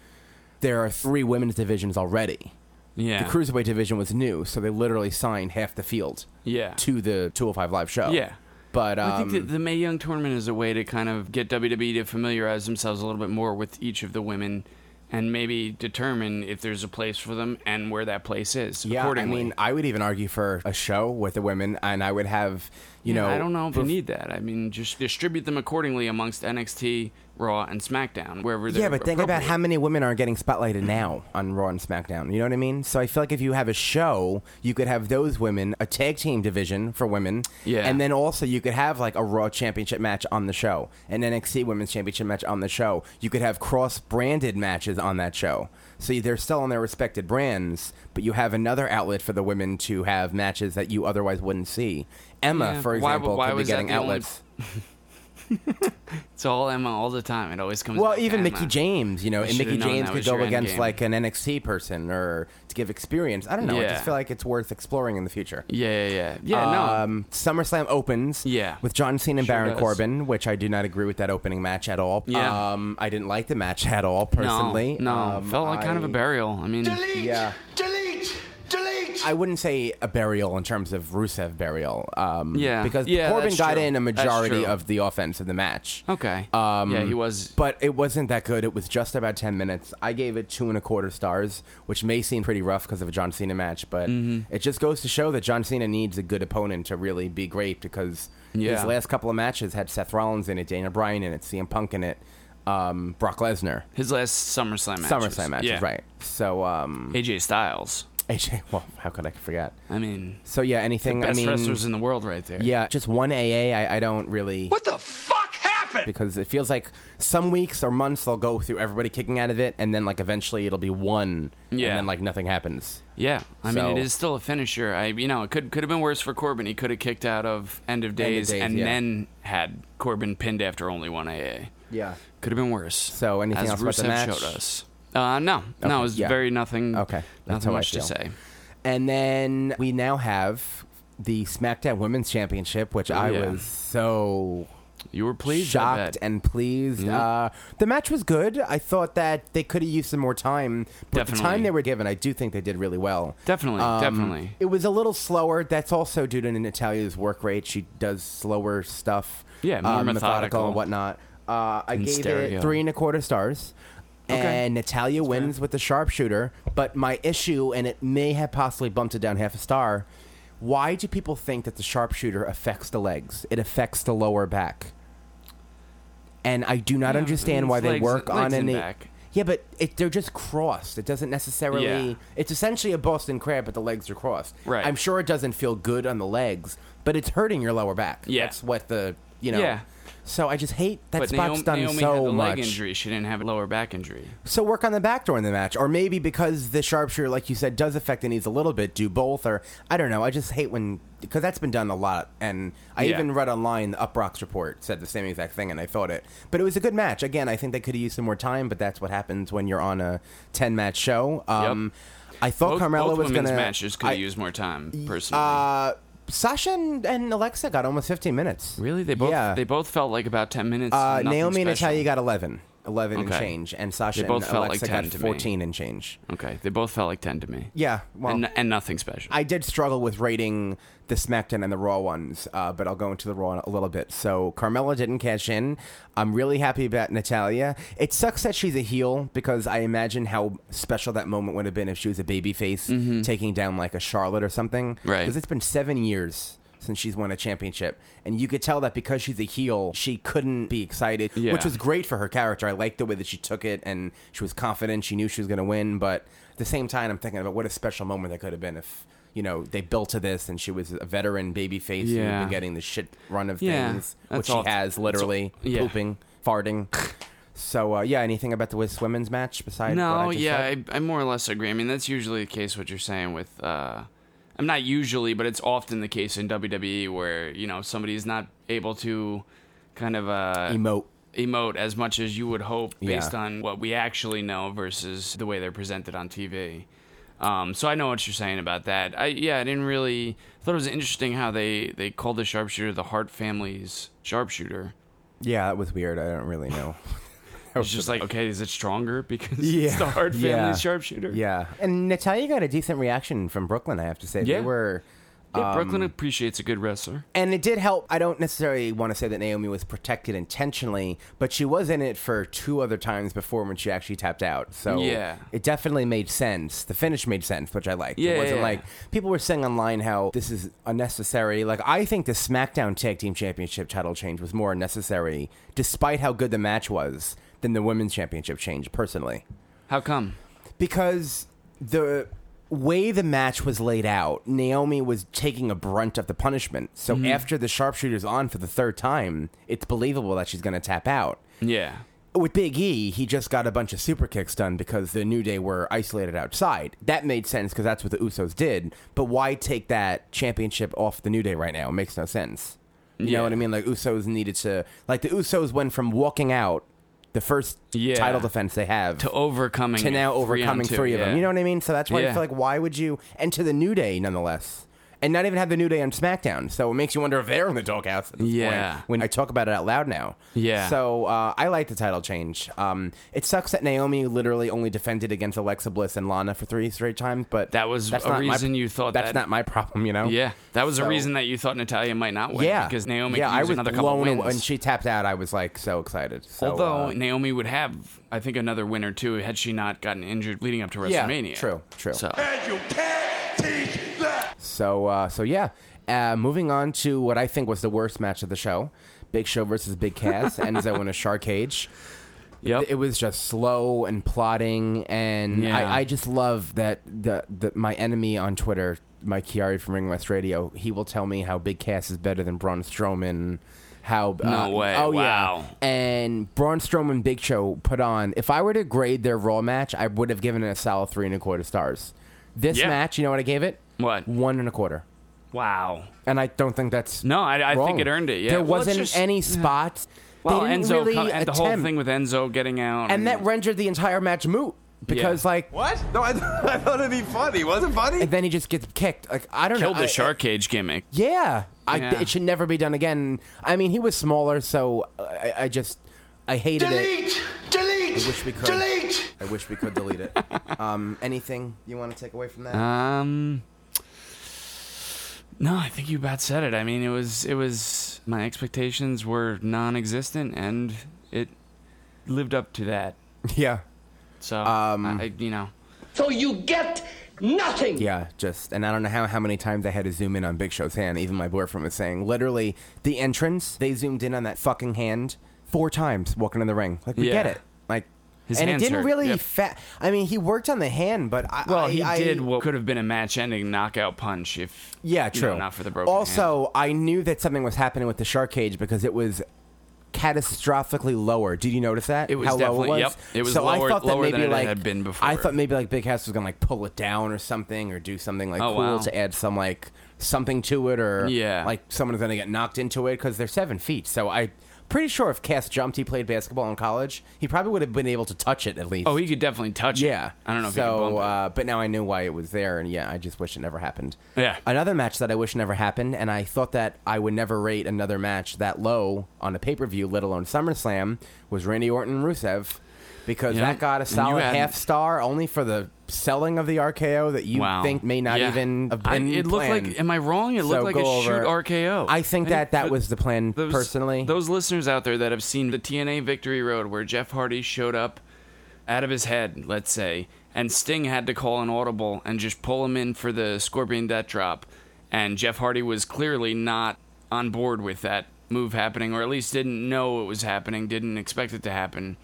I: there are three women's divisions already.
J: yeah.
I: The Cruiserweight division was new, so they literally signed half the field
J: Yeah.
I: to the 205 Live show.
J: Yeah.
I: Oh. But um,
J: I think that the May Young tournament is a way to kind of get WWE to familiarize themselves a little bit more with each of the women and maybe determine if there's a place for them and where that place is.
I: yeah, I
J: accordingly.
I: mean, I would even argue for a show with the women, and I would have, you
J: Yeah,
I: know,
J: I don't know if
I: for
J: you need that. I mean, just distribute them accordingly amongst NXT, Raw, and SmackDown, wherever they're
I: Yeah, but think about
J: appropriate.
I: how many women are getting spotlighted now on Raw and SmackDown. You know what I mean? So I feel like if you have a show, you could have those women, a tag team division for women.
J: Yeah.
I: And then also you could have like a Raw championship match on the show, an NXT women's championship match on the show. You could have cross branded matches on that show. So they're still on their respected brands, but you have another outlet for the women to have matches that you otherwise wouldn't see. Emma,
J: Yeah,
I: for
J: why-
I: example,
J: why
I: could be
J: was that
I: getting
J: the only-
I: outlets.
J: It's all Emma all the time. It always comes.
I: Well,
J: back to
I: even Mickey
J: Emma.
I: James, you know,
J: I
I: and Mickey
J: should've known
I: James
J: that
I: could
J: was
I: go
J: your
I: against
J: endgame.
I: like an NXT person or to give experience. I don't know. I
J: Yeah.
I: just feel like it's worth exploring in the future.
J: Yeah, yeah, yeah. Yeah, no.
I: Um, SummerSlam opens
J: Yeah.
I: with John Cena and
J: Sure
I: Baron
J: does.
I: Corbin, which I do not agree with that opening match at all.
J: Yeah.
I: Um, I didn't like the match at all personally.
J: No, no.
I: Um,
J: felt like kind of a
I: I-
J: burial. I mean,
I: Yeah. Delete! Delete! I wouldn't say a burial in terms of Rusev burial. Um,
J: Yeah.
I: Because
J: Yeah,
I: Corbin
J: that's
I: got
J: true.
I: in a
J: That's
I: majority
J: true.
I: of the offense of the match.
J: Okay.
I: Um,
J: Yeah, he was-
I: But it wasn't that good. It was just about 10 minutes. I gave it two and a quarter stars, which may seem pretty rough because of a John Cena match, but
J: Mm-hmm.
I: it just goes to show that John Cena needs a good opponent to really be great because his
J: Yeah.
I: last couple of matches had Seth Rollins in it, Dana Bryan in it, CM Punk in it, um, Brock Lesnar.
J: his last SummerSlam matches.
I: SummerSlam matches,
J: Yeah.
I: right. So, um,
J: AJ Styles.
I: AJ, well, how could I forget?
J: I mean,
I: So yeah,
J: the
I: anything.
J: best
I: I mean,
J: wrestlers in the world, right there.
I: yeah, just one AA. I, I don't really
B: What the fuck happened?
I: because it feels like some weeks or months they'll go through everybody kicking out of it, and then like eventually it'll be one,
J: Yeah.
I: and then like nothing happens.
J: Yeah, I
I: So-
J: mean, it is still a finisher. I, you know, it could could have been worse for Corbin. He could have kicked out of End of Days,
I: Days,
J: and
I: yeah.
J: then had Corbin pinned after only one AA.
I: Yeah.
J: could have been worse.
I: So, anything
J: As
I: else about
J: Rusev
I: the match?
J: showed us. Uh, no, no, it was
I: yeah.
J: very nothing.
I: Okay, that's
J: nothing
I: how I
J: Mm. much
I: feel.
J: to say.
I: And then we now have the SmackDown Women's Championship, which I
J: Oh, yeah.
I: was so
J: You were pleased, I
I: shocked
J: bet. Mm-hmm.
I: and pleased.
J: Yeah.
I: Uh, the match was good. I thought that they could have used some more time, but the
J: Definitely.
I: time they were given, I do think they did really well. Um,
J: Definitely, definitely.
I: It was a little slower. That's also due to Natalia's work rate. She does slower stuff. um,
J: Yeah, more methodical.
I: and whatnot. Uh, I
J: And
I: gave
J: stereo.
I: it three and a quarter stars. And Natalia wins with the sharpshooter, but my issue, and it may have possibly bumped it down half a star. Why do people think that the sharpshooter affects the legs? It affects the lower back and I do not
J: Yeah,
I: understand
J: it's
I: why they
J: legs-
I: work on
J: legs and
I: any.
J: back.
I: Yeah, but it, they're just crossed. It doesn't necessarily.
J: Yeah.
I: It's essentially a Boston crab, but the legs are crossed.
J: Right.
I: I'm sure it doesn't feel good on the legs, but it's hurting your lower back.
J: Yeah.
I: That's what the you know.
J: Yeah.
I: So I just hate that
J: but
I: spot's
J: Naomi,
I: done
J: Naomi
I: so
J: had the
I: much.
J: leg injury. She didn't have a lower back injury.
I: So work on the back during the match, or maybe because the sharpshooter, like you said, does affect the knees a little bit. Do both, or I don't know. I just hate when because that's been done a lot, and I
J: Yeah.
I: even read online the Uprocks report said the same exact thing, and I thought it. But it was a good match. Again, I think they could have used some more time, but that's what happens when you're on a ten match show. Um, I thought
J: both
I: Carmella
J: both
I: was
J: women's
I: gonna
J: matches could
I: I-
J: have used more time. Personally,
I: Uh, Sasha and, and Alexa got almost 15 minutes.
J: really, they both
I: yeah.
J: they both felt like about ten minutes.
I: Uh,
J: nothing
I: Naomi and
J: special.
I: Natalia got 11. 11 and
J: Okay.
I: change, and Sasha
J: They both
I: and
J: felt
I: Alexa
J: like 10
I: got
J: to me.
I: 14 and change.
J: Okay, they both felt like ten to me.
I: Yeah, well,
J: and, and nothing special.
I: I did struggle with rating the SmackDown and the Raw ones, uh, but I'll go into the Raw a little bit. So Carmella didn't cash in. I'm really happy about Natalia. It sucks that she's a heel because I imagine how special that moment would have been if she was a babyface taking down like a Charlotte or something.
J: Right.
I: Because it's been seven years. Since she's won a championship, and you could tell that because she's a heel, she couldn't be excited,
J: Yeah.
I: which was great for her character. I liked the way that she took it and she was confident. She knew she was going to win. But at the same time, I'm thinking about what a special moment that could have been if, you know, they built to this and she was a veteran babyface who had
J: Yeah.
I: been getting the shit run of
J: Yeah,
I: things,
J: that's
I: which
J: all-
I: she has literally
J: yeah.
I: pooping, farting. so, uh, yeah, anything about the Wiz women's match besides what I
J: No,
I: just
J: yeah,
I: said?
J: I, I more or less agree. I mean, that's usually the case. What you're saying with, uh, I'm not usually, but it's often the case in WWE where you know somebody's not able to kind of uh,
I: emote.
J: emote as much as you would hope based
I: Yeah.
J: on what we actually know versus the way they're presented on TV. Um, so I know what you're saying about that. I yeah, I didn't really thought it was interesting how they they called the sharpshooter the Hart family's sharpshooter.
I: Yeah, that was weird. I don't really know.
J: It's just like okay, is it stronger because
I: Yeah,
J: it's the Hart family's
I: yeah,
J: sharpshooter?
I: Yeah, and Natalia got a decent reaction from Brooklyn. I have to say,
J: Yeah.
I: they were.
J: Yeah,
I: um,
J: Brooklyn appreciates a good wrestler.
I: And it did help. I don't necessarily want to say that Naomi was protected intentionally, but she was in it for two other times before when she actually tapped out. So
J: Yeah.
I: it definitely made sense. The finish made sense, which I liked.
J: Yeah,
I: it wasn't
J: yeah.
I: like people were saying online how this is unnecessary. Like I think the SmackDown Tag Team Championship title change was more unnecessary, despite how good the match was, than the Women's Championship change. Personally,
J: How come?
I: because the way the match was laid out, Naomi was taking a brunt of the punishment. So
J: Mm-hmm.
I: after the sharpshooter's on for the third time, it's believable that she's going to tap out.
J: Yeah.
I: With Big E, he just got a bunch of super kicks done because the New Day were isolated outside. That made sense because that's what the Usos did. But why take that championship off the New Day right now? It makes no sense. You know what I mean? Like Usos needed to like the Usos went from walking out the first
J: Yeah.
I: title defense they have
J: to overcoming
I: to now
J: three on
I: overcoming
J: two,
I: three, of
J: yeah.
I: them. You know what I mean? So that's why
J: Yeah.
I: I feel like why would you and to the New Day nonetheless. And not even have the New Day on SmackDown, so it makes you wonder if they're in the doghouse. At this
J: Yeah.
I: point, when I talk about it out loud now.
J: Yeah.
I: So uh, I like the title change. Um, it sucks that Naomi literally only defended against Alexa Bliss and Lana for three straight times, but
J: That was
I: that's
J: a
I: not my-
J: reason you thought
I: that's
J: that-
I: not my problem. You know?
J: Yeah, that was the
I: So-
J: reason that you thought Natalia might not win.
I: yeah,
J: because Naomi.
I: Yeah,
J: could use
I: I was
J: another couple
I: blown
J: wins.
I: away. When she tapped out, I was like so excited. So,
J: Although
I: uh,
J: Naomi would have, I think, another win or two had she not gotten injured leading up to
I: yeah,
J: WrestleMania.
I: true, true.
J: So
B: And you can't teach that.
I: So uh, so yeah. Uh, moving on to what I think was the worst match of the show: Big Show versus Big Cass, Enzo in a shark cage.
J: Yep.
I: It was just slow and plotting, and
J: Yeah.
I: I, I just love that the, the my enemy on Twitter, Mike Chiari from Ring West Radio, he will tell me how Big Cass is better than Braun Strowman. How uh,
J: No way.
I: Oh
J: Wow.
I: yeah, and Braun Strowman Big Show put on. If I were to grade their Raw match, I would have given it a solid three and a quarter stars. This
J: Yeah.
I: match, you know what I gave it?
J: What?
I: One and a quarter
J: wow.
I: and I don't think that's
J: No, I- I think
I: wrong.
J: it earned it, yeah.
I: there
J: Well, it's
I: wasn't
J: just-
I: any spots.
J: Well,
I: they didn't
J: Enzo
I: really
J: co- and the whole
I: attempt.
J: thing with Enzo getting out,
I: and that rendered the entire match moot because
J: Yeah.
I: like
A: What? No, I, I thought it'd be funny. Was it funny?
I: and then he just gets kicked. Like I don't
J: killed
I: know. I-
J: the shark cage gimmick.
I: yeah, I,
J: Yeah.
I: it should never be done again. I mean, he was smaller, so I, I just I hated it.
G: Delete! Delete!
I: I wish we could.
G: Delete!
I: I wish we could delete it. um, anything you want to take away from that?
J: Um, no, I think you about said it. I mean, it was it was my expectations were non-existent, and it lived up to that.
I: yeah,
J: So,
I: Um,
J: I, I- you know,
L: So you get nothing.
I: yeah, just and I don't know how how many times I had to zoom in on Big Show's hand. Even my boyfriend was saying, literally, the entrance they zoomed in on that fucking hand four times walking in the ring. Like we
J: Yeah.
I: get it, like.
J: His
I: and it
J: hands
I: didn't
J: hurt,
I: really
J: yep.
I: fa- I mean, he worked on the hand, but I,
J: well,
I: I-
J: he
I: I-
J: did what could have been a match-ending knockout punch if
I: Yeah,
J: you
I: true.
J: know, not for the broken. hand.
I: also, I knew that something was happening with the shark cage because it was catastrophically lower. Did you notice that?
J: It was
I: How low
J: definitely-
I: it was?
J: yep. It was
I: so I
J: lower-
I: thought that
J: lower than
I: maybe
J: it
I: like
J: had been before.
I: I thought maybe like Big House was gonna like pull it down or something or do something like
J: Oh,
I: cool
J: wow.
I: to add some like something to it or
J: Yeah.
I: like someone's gonna get knocked into it because they're seven feet. So I. Pretty sure if Cass jumped, he played basketball in college, he probably would have been able to touch it at least.
J: oh, he could definitely touch it.
I: Yeah,
J: I don't know if
I: so,
J: he could bump it.
I: Uh, but now I knew why it was there, and yeah, I just wish it never happened.
J: Yeah.
I: another match that I wish never happened, and I thought that I would never rate another match that low on a pay per view, let alone SummerSlam, was Randy Orton and Rusev, because
J: Yeah,
I: that got a
J: and you
I: solid
J: hadn't-
I: half star only for the selling of the RKO that you
J: Wow.
I: think may not
J: Yeah.
I: even have
J: I-
I: been.
J: it looked
I: planned.
J: like- am I wrong? It looked like
I: go
J: a shoot RKO.
I: I think
J: I
I: that
J: think-
I: that was the plan personally.
J: Those listeners out there that have seen the TNA Victory Road where Jeff Hardy showed up out of his head, let's say, and Sting had to call an audible and just pull him in for the Scorpion Death Drop, and Jeff Hardy was clearly not on board with that move happening, or at least didn't know it was happening, didn't expect it to happen.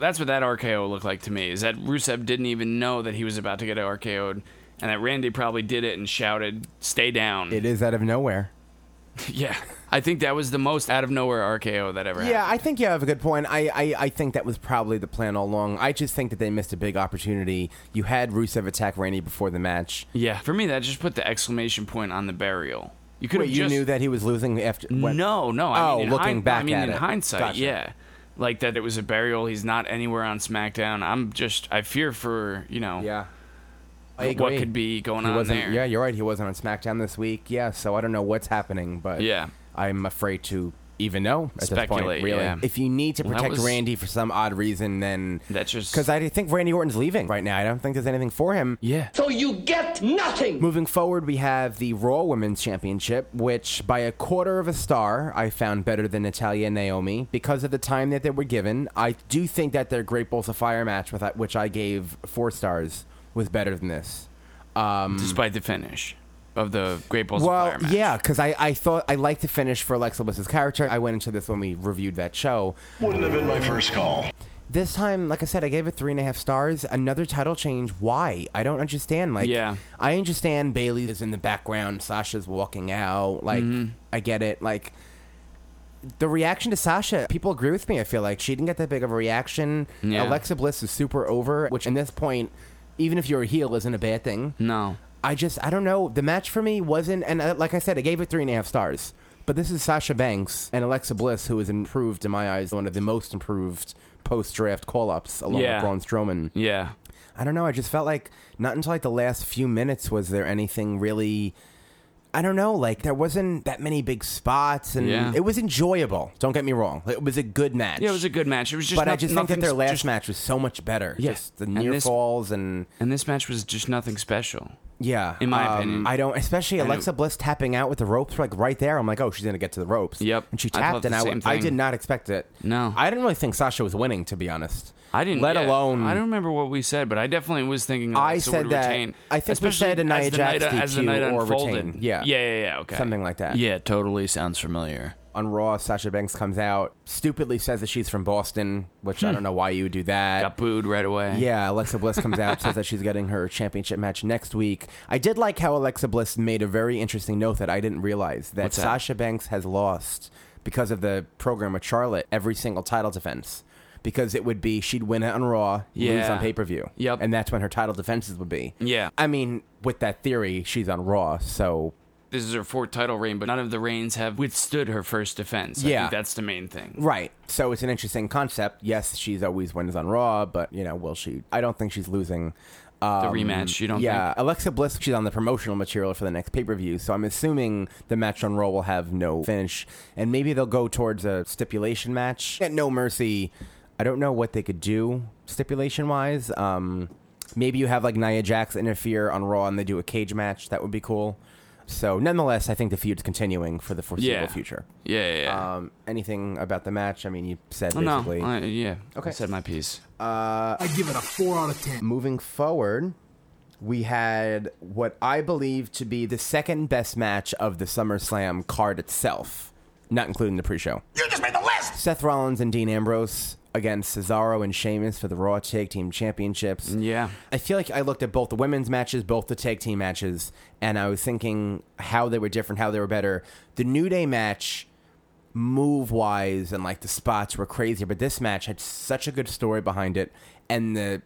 J: That's what that RKO looked like to me, is that Rusev didn't even know that he was about to get RKO'd, and that Randy probably did it and shouted, stay down.
I: it is out of nowhere.
J: Yeah, I think that was the most out of nowhere RKO that ever
I: Yeah,
J: happened.
I: I think you have a good point. I, I, I think that was probably the plan all along. I just think that they missed a big opportunity. You had Rusev attack Randy before the match.
J: Yeah, for me that just put the exclamation point on the burial. You could
I: Wait,
J: have
I: you
J: just
I: knew that he was losing after. when-
J: No, no. I
I: oh,
J: mean, in
I: looking
J: hind-
I: back
J: I mean,
I: at
J: in
I: it.
J: hindsight,
I: Gotcha.
J: yeah, like that it was a burial. He's not anywhere on SmackDown. I'm just I fear for you know
I: Yeah. I
J: what
I: agree.
J: could be going
I: He
J: on
I: wasn't-
J: there.
I: Yeah, you're right. He wasn't on SmackDown this week. Yeah, so I don't know what's happening, but
J: Yeah.
I: I'm afraid to even know at this
J: Speculate,
I: point. Really,
J: yeah.
I: if you need to
J: Well, that
I: protect
J: was-
I: Randy for some odd reason, then
J: That's just-
I: because I think Randy Orton's leaving right now. I don't think there's anything for him.
J: yeah.
L: So you get nothing.
I: Moving forward, we have the Raw Women's Championship, which by a quarter of a star I found better than Natalia and Naomi because of the time that they were given. I do think that their Great Balls of Fire match, with uh, which I gave four stars, was better than this.
J: Um, Despite the finish of the Great Balls of
I: Well,
J: Fire match.
I: yeah, because I, I thought I liked the finish for Alexa Bliss's character. I went into this when we reviewed that show.
C: Wouldn't have been my first call.
I: This time, like I said, I gave it three and a half stars. Another title change. Why? I don't understand. Like,
J: Yeah.
I: I understand Bailey is in the background. Sasha's walking out. Like,
J: Mm-hmm.
I: I get it. Like, the reaction to Sasha, people agree with me. I feel like she didn't get that big of a reaction.
J: Yeah.
I: Alexa Bliss is super over, which in this point, even if you're a heel, isn't a bad thing.
J: No.
I: I just I don't know. The match for me wasn't, and uh, like I said, I gave it three and a half stars. But this is Sasha Banks and Alexa Bliss, who is improved in my eyes, one of the most improved post draft call ups, along
J: Yeah.
I: with Braun Strowman.
J: Yeah.
I: I don't know. I just felt like not until like the last few minutes was there anything really. I don't know. Like there wasn't that many big spots, and
J: Yeah.
I: it was enjoyable. Don't get me wrong; it was a good match.
J: Yeah, it was a good match. It was just
I: but I
J: not-
I: just think that
J: nothing's
I: their last
J: just-
I: match was so much better.
J: Yeah.
I: Just the
J: And
I: near
J: this-
I: falls and
J: And this match was just nothing special.
I: yeah,
J: In my
I: Um,
J: opinion.
I: I don't. Especially
J: And it-
I: Alexa Bliss tapping out with the ropes, like right there. I'm like, oh, she's gonna get to the ropes.
J: Yep.
I: and she
J: I
I: tapped,
J: thought
I: and
J: the
I: I,
J: same
I: I
J: thing.
I: did not expect it.
J: No.
I: I didn't really think Sasha was winning, to be honest.
J: I didn't.
I: let
J: yeah,
I: alone
J: I don't remember what we said, but I definitely was thinking.
I: I
J: Alexa
I: said
J: would
I: that-
J: Retain,
I: I think we
J: Especially
I: said a Nia
J: as the night,
I: Jax
J: as the
I: DQ
J: night
I: or
J: unfolded.
I: retain. Yeah.
J: Yeah. Yeah. Yeah. Okay.
I: Something like that.
J: Yeah. Totally sounds familiar.
I: on Raw, Sasha Banks comes out, stupidly says that she's from Boston, which I don't know why you would do that.
J: Hmm. Got booed right away.
I: Yeah, Alexa Bliss comes out, says that she's getting her championship match next week. I did like how Alexa Bliss made a very interesting note that I didn't realize that
J: What's that?
I: Sasha Banks has lost because of the program with Charlotte every single title defense. Because it would be she'd win it on Raw, lose
J: Yeah.
I: on pay per view.
J: Yep.
I: And that's when her title defenses would be.
J: Yeah.
I: I mean, with that theory, she's on Raw, so
J: This is her fourth title reign, but none of the reigns have withstood her first defense. I
I: Yeah.
J: think that's the main thing.
I: Right. So it's an interesting concept. Yes, she's always wins on Raw, but you know, will she? I don't think she's losing. Um,
J: rematch, you don't
I: Yeah,
J: think?
I: Alexa Bliss. She's on the promotional material for the next pay per view, so I'm assuming the match on Raw will have no finish, and maybe they'll go towards a stipulation match at No Mercy. I don't know what they could do stipulation wise. Um, maybe you have like Nia Jax interfere on Raw, and they do a cage match. That would be cool. So, nonetheless, I think the feud's continuing for the foreseeable
J: Yeah.
I: future.
J: Yeah. Yeah. yeah.
I: Um, anything about the match? I mean, you said
J: Oh, no.
I: basically.
J: I, yeah.
I: Okay.
J: I said my piece.
M: I give it a four out of ten.
I: Moving forward, we had what I believe to be the second best match of the SummerSlam card itself, not including the pre-show.
K: You just made the list!
I: Seth Rollins and Dean Ambrose against Cesaro and Sheamus for the Raw Tag Team Championships.
J: Yeah.
I: I feel like I looked at both the women's matches, both the tag team matches, and I was thinking how they were different, how they were better. The New Day match, move wise, and like the spots were crazy, but this match had such a good story behind it, and the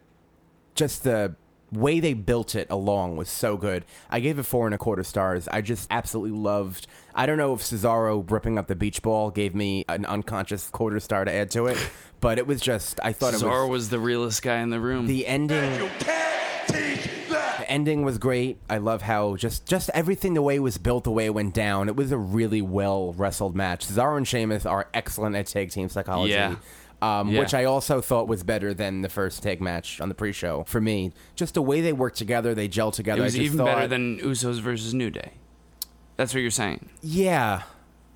I: just the way they built it along was so good. I gave it four and a quarter stars. I just absolutely loved. I don't know if Cesaro ripping up the beach ball gave me an unconscious quarter star to add to it, but it was just. I thought it
J: Cesaro
I: was
J: was the realest guy in the room.
I: the ending. The ending was great. I love how just just everything the way it was built, the way it went down. It was a really well wrestled match. Cesaro and Sheamus are excellent at tag team psychology.
J: Yeah.
I: Um,
J: Yeah.
I: Which I also thought was better than the first tag match on the pre-show for me. Just the way they worked together, they gel together.
J: it was
I: I just
J: even
I: thought,
J: better than Usos versus New Day. That's what you're saying.
I: yeah.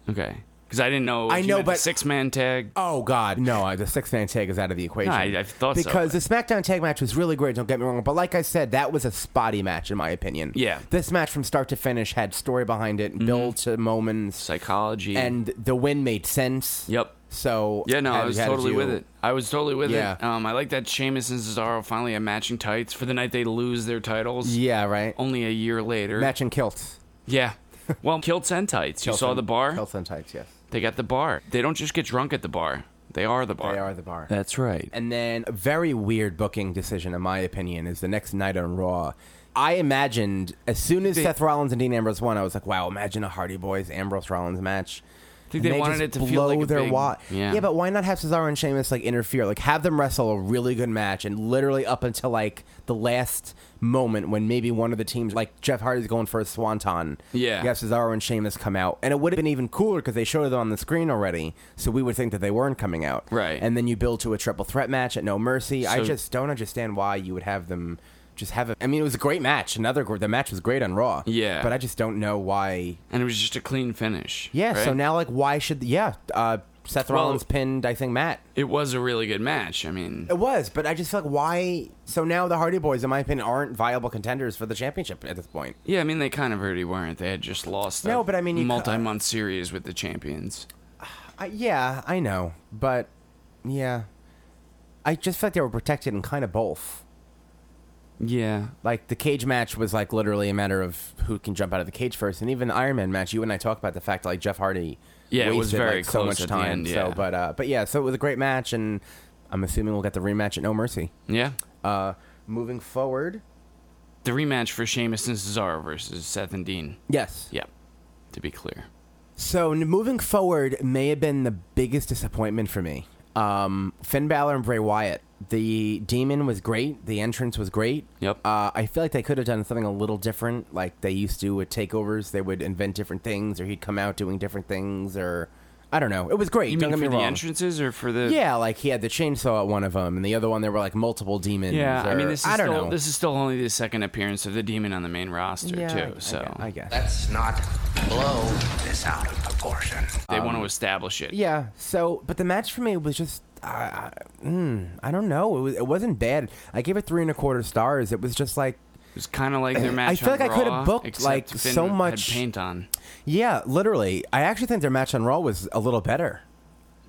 J: Okay. Because I didn't know.
I: I
J: if you
I: know,
J: meant the
I: but-
J: six man tag.
I: Oh God, no! I- The six man tag is out of the equation.
J: No, I- I thought so,
I: because
J: but-
I: the SmackDown tag match was really great. Don't get me wrong, but like I said, that was a spotty match in my opinion.
J: Yeah. Mm-hmm.
I: this match from start to finish had story behind it, build to moments,
J: Psychology.
I: and the win made sense.
J: Yep.
I: So
J: Yeah, no,
I: had-
J: I was
I: had
J: totally
I: you-
J: with it. I was totally with
I: Yeah.
J: it. Um, I like that Sheamus and Cesaro finally have matching tights for the night they lose their titles.
I: Yeah, right.
J: Only a year later.
I: Matching kilts.
J: Yeah. Well, kilts and tights. You
I: Kilts
J: saw
I: and-
J: the bar?
I: Kilts and tights. Yes,
J: They got the bar. They don't just get drunk at the bar. They are the bar.
I: they are the bar.
J: That's right.
I: And then a very weird booking decision, in my opinion, is the next night on Raw. I imagined as soon as
J: They-
I: Seth Rollins and Dean Ambrose won, I was like, "Wow, imagine a Hardy Boys Ambrose Rollins match." I
J: think they wanted it to feel like a big-
I: Yeah.
J: yeah.
I: but why not have Cesaro and Sheamus like interfere? Like have them wrestle a really good match, and literally up until like the last moment when maybe one of the teams, like Jeff Hardy's going for a swanton,
J: Yeah.
I: you have Cesaro and Sheamus come out, and it would have been even cooler because they showed it on the screen already, so we would think that they weren't coming out,
J: Right.
I: And then you build to a triple threat match at No Mercy. I
J: So-
I: just don't understand why you would have them just have it. I mean, it was a great match. Another gr- the match was great on Raw.
J: Yeah.
I: but I just don't know why.
J: And it was just a clean finish.
I: Yeah. So
J: right?
I: now, like, why should yeah? Uh, Seth
J: Well-
I: Rollins pinned, I think Matt.
J: It was a really good match. I mean,
I: It was, but I just feel like why? So now the Hardy Boys, in my opinion, aren't viable contenders for the championship at this point.
J: yeah, I mean, they kind of already weren't. They had just lost
I: No,
J: a
I: but I mean, you ca-
J: multi month series with the champions.
I: I, yeah, I know, but yeah, I just felt they were protected in kind of both.
J: Yeah.
I: Like the cage match was like literally a matter of who can jump out of the cage first, and even the Iron Man match. You and I talked about the fact like Jeff Hardy,
J: Yeah, it
I: wasted,
J: was very
I: like, so
J: close
I: much
J: at the
I: time.
J: end,
I: So,
J: yeah.
I: but uh, but yeah, so it was a great match, and I'm assuming we'll get the rematch at No Mercy.
J: Yeah.
I: Uh, moving forward,
J: The rematch for Sheamus and Cesaro versus Seth and Dean.
I: yes,
J: Yep. To be clear.
I: So n- moving forward may have been the biggest disappointment for me. Um, Finn Balor and Bray Wyatt. The demon was great. The entrance was great.
J: Yep.
I: Uh, I feel like they could have done something a little different, like they used to with takeovers. They would invent different things, or he'd come out doing different things, or I don't know. It was great.
J: You
I: don't
J: mean
I: get
J: for
I: me
J: the
I: wrong.
J: entrances or for the?
I: Yeah, like he had the chainsaw at one of them, and the other one there were like multiple demons.
J: Yeah, I
I: or-
J: mean, this is
I: I don't
J: still,
I: know.
J: this is still only the second appearance of the demon on the main roster
I: Yeah, I-
J: too.
I: I
J: So
I: gue- I guess.
N: Let's not blow this out of proportion.
J: they
I: Um,
J: want to establish it.
I: Yeah. So, but the match for me was just, I I, mm, I don't know. It, was, it wasn't bad. I gave it three and a quarter stars. It was just like. It
J: was kind of like their
I: I
J: match
I: feel
J: on
I: like I could
J: Raw,
I: have booked
J: except
I: like
J: Finn
I: so
J: had
I: much
J: paint on.
I: Yeah, literally. I actually think their match on Raw was a little better.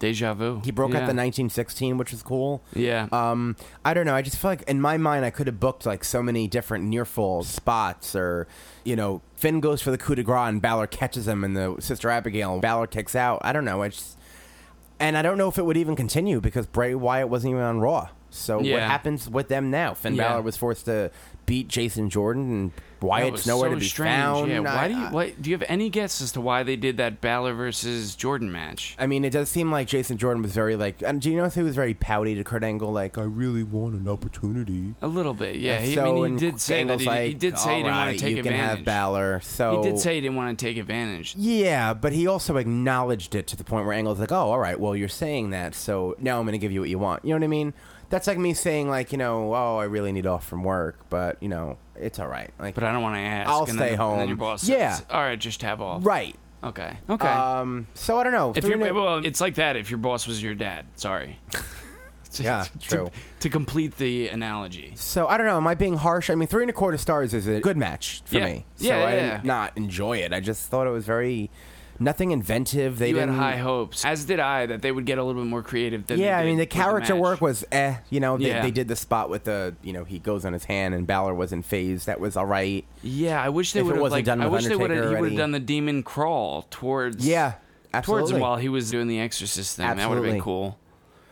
J: Deja vu.
I: He broke out
J: Yeah.
I: the 1916, which was cool.
J: Yeah.
I: Um, I don't know. I just feel like in my mind, I could have booked like so many different near falls spots, or you know, Finn goes for the coup de grace and Balor catches him, and the Sister Abigail and Balor kicks out. I don't know. I just and I don't know if it would even continue because Bray Wyatt wasn't even on Raw. So what
J: Yeah.
I: happens with them now? Finn
J: Yeah.
I: Balor was forced to beat Jason Jordan, and
J: That
I: Wyatt's
J: was
I: nowhere
J: so
I: to be
J: strange.
I: found.
J: Yeah.
I: I-
J: Why do you? Why, do you have any guess as to why they did that Balor versus Jordan match?
I: I mean, it does seem like Jason Jordan was very like. And do you notice he was very pouty to Kurt Angle? Like, I really want an opportunity.
J: A little bit, yeah.
I: And
J: He,
I: so,
J: I mean,
I: and
J: he did say that
I: Angle's
J: he, he
I: like,
J: did say he didn't want
I: "Alright,
J: to take
I: you can
J: advantage.
I: have Balor. So
J: he did say he didn't want to take advantage.
I: Yeah, but he also acknowledged it to the point where Angle's like, "Oh, all right. Well, you're saying that, so now I'm going to give you what you want." You know what I mean? That's like me saying, like, you know, "Oh, I really need off from work," but you know, it's all right. Like,
J: But uh, I don't want to ask.
I: I'll
J: and
I: stay
J: then,
I: home.
J: And then your boss
I: Yeah.
J: says, "All right, just have off."
I: Right.
J: Okay. Okay.
I: Um. So I don't know.
J: if
I: Three
J: you're,
I: and a-
J: well, it's like that. If your boss was your dad, sorry. To-
I: Yeah,
J: to-
I: true.
J: To complete the analogy,
I: So I don't know. Am I being harsh? I mean, three and a quarter stars is a good match for
J: Yeah.
I: me. So
J: Yeah, yeah,
I: I
J: yeah.
I: did not enjoy it. I just thought it was very nothing inventive. They
J: you had
I: didn't.
J: high hopes, as did I, that they would get a little bit more creative. Than
I: yeah,
J: they
I: I mean
J: did
I: the
J: with
I: character
J: match.
I: work was eh. You know, they,
J: Yeah.
I: they did the spot with the you know he goes on his hand and Balor was in phase. That was all right.
J: Yeah, I wish they
I: If it
J: would have
I: wasn't
J: like.
I: done
J: I
I: with
J: wish they would have.
I: Undertaker
J: He would
I: already.
J: have done the demon crawl towards.
I: Yeah,
J: Towards him
I: absolutely.
J: while he was doing the exorcist thing. That would have
I: Absolutely.
J: been cool.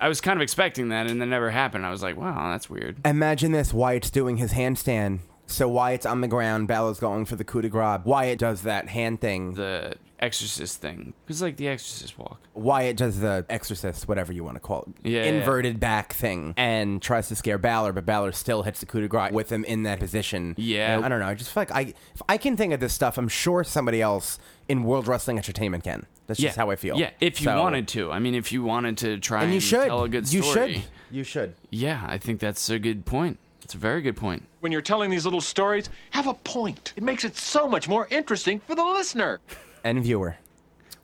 J: I was kind of expecting that, and it never happened. I was like, wow, that's weird.
I: Imagine this: Wyatt's doing his handstand. So Wyatt's on the ground. Balor's going for the coup de grace. Wyatt does that hand thing.
J: The exorcist thing. It's like the exorcist walk.
I: Wyatt does the exorcist, whatever you want to call it,
J: Yeah, yeah, yeah.
I: inverted back thing, and tries to scare Balor, but Balor still hits the coup de grace with him in that position.
J: Yeah.
I: And I don't know. I just feel like I, if I can think of this stuff, I'm sure somebody else in World Wrestling Entertainment can. That's just
J: yeah.
I: how I feel.
J: Yeah, if you
I: So-
J: wanted to. I mean, if you wanted to try
I: and you should
J: tell a good
I: you
J: story.
I: should you should.
J: Yeah, I think that's a good point. It's a very good point.
D: When you're telling these little stories, have a point. It makes it so much more interesting for the listener.
I: and viewer.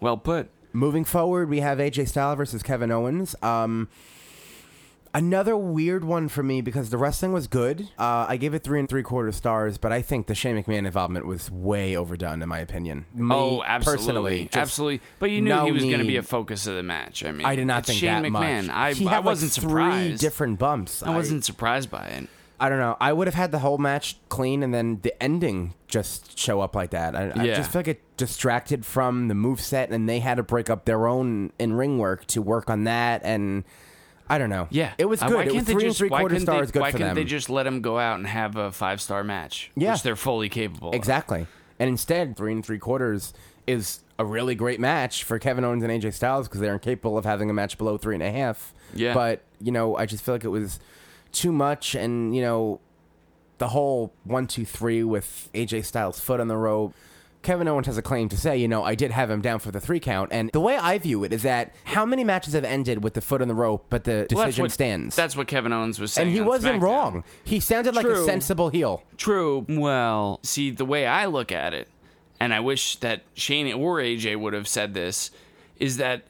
J: Well put.
I: Moving forward, we have AJ Styles versus Kevin Owens. Um, another weird one for me because the wrestling was good. Uh, I gave it three and three quarter stars, but I think the Shane McMahon involvement was way overdone, in my opinion. Me,
J: oh, absolutely,
I: personally, just
J: absolutely. But you knew
I: no
J: he was going to be
I: need.
J: a focus of the match. I mean,
I: I did not
J: it's
I: think
J: Shane
I: that
J: McMahon.
I: much.
J: I,
I: he
J: I
I: had
J: wasn't
I: like three
J: surprised.
I: different bumps.
J: I wasn't surprised by it.
I: I don't know. I would have had the whole match clean and then the ending just show up like that. I, I
J: Yeah.
I: just feel like it distracted from the moveset and they had to break up their own in ring work to work on that. And I don't know.
J: Yeah,
I: It was
J: Uh,
I: good.
J: why
I: it was
J: can't they
I: three and
J: just-
I: three
J: why
I: quarter
J: couldn't they-
I: stars good
J: Why
I: for
J: couldn't
I: them.
J: they just let him go out and have a five star match?
I: Yeah.
J: which they're fully capable. of?
I: exactly. And instead, three and three quarters is a really great match for Kevin Owens and AJ Styles because they're incapable of having a match below three and a half.
J: Yeah.
I: But, you know, I just feel like it was too much and, you know, the whole one two three with AJ Styles' foot on the rope. Kevin Owens has a claim to say, you know, I did have him down for the three count, and the way I view it is that how many matches have ended with the foot on the rope, but the decision
J: Well, that's what,
I: stands,
J: That's what Kevin Owens was saying,
I: and he
J: on
I: wasn't
J: SmackDown.
I: wrong. He sounded like a
J: True.
I: sensible heel.
J: True. Well, see, the way I look at it, and I wish that Shane or AJ would have said this, is that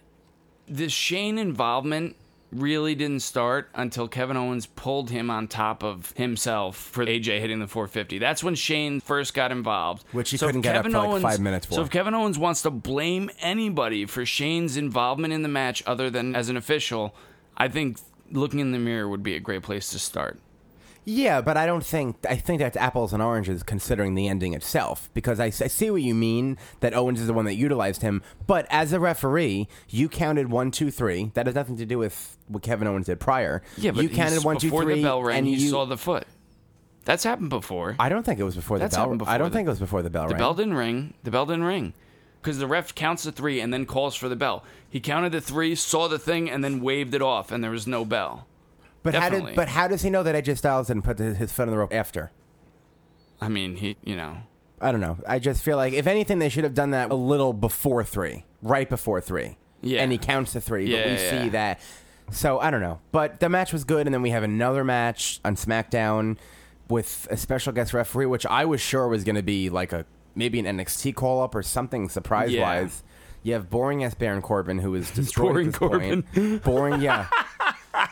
J: the Shane involvement really didn't start until Kevin Owens pulled him on top of himself for AJ hitting the 450. That's when Shane first got involved.
I: Which he
J: if
I: couldn't get up for, like, five minutes for.
J: So if Kevin Owens wants to blame anybody for Shane's involvement in the match other than as an official, I think looking in the mirror would be a great place to start.
I: Yeah, but I don't think I think that's apples and oranges considering the ending itself because I, s- I see what you mean that Owens is the one that utilized him, but as a referee, you counted one, two, three. That has nothing to do with what Kevin Owens did prior.
J: Yeah, but
I: you
J: he's-
I: counted one, two,
J: before
I: three,
J: the bell rang,
I: and
J: you,
I: you
J: saw the foot. That's happened before.
I: I don't think it was before
J: That's
I: the bell.
J: happened before
I: I don't
J: the-
I: think it was before the bell
J: the
I: rang.
J: bell didn't ring. The bell didn't ring. because the ref counts the three and then calls for the bell. He counted the three, saw the thing, and then waved it off, and there was no bell.
I: But how
J: Definitely.
I: did but how does he know that AJ Styles didn't put his foot on the rope after?
J: I mean, he, you know,
I: I don't know. I just feel like if anything, they should have done that a little before three, right before three.
J: Yeah.
I: And he counts to three, but
J: Yeah,
I: we
J: yeah,
I: see
J: yeah.
I: that. So I don't know. But the match was good, and then we have another match on SmackDown with a special guest referee, which I was sure was going to be like a maybe an NXT call up or something surprise wise. You have boring ass Baron Corbin who is destroyed.
J: Boring
I: at this point. Boring, yeah.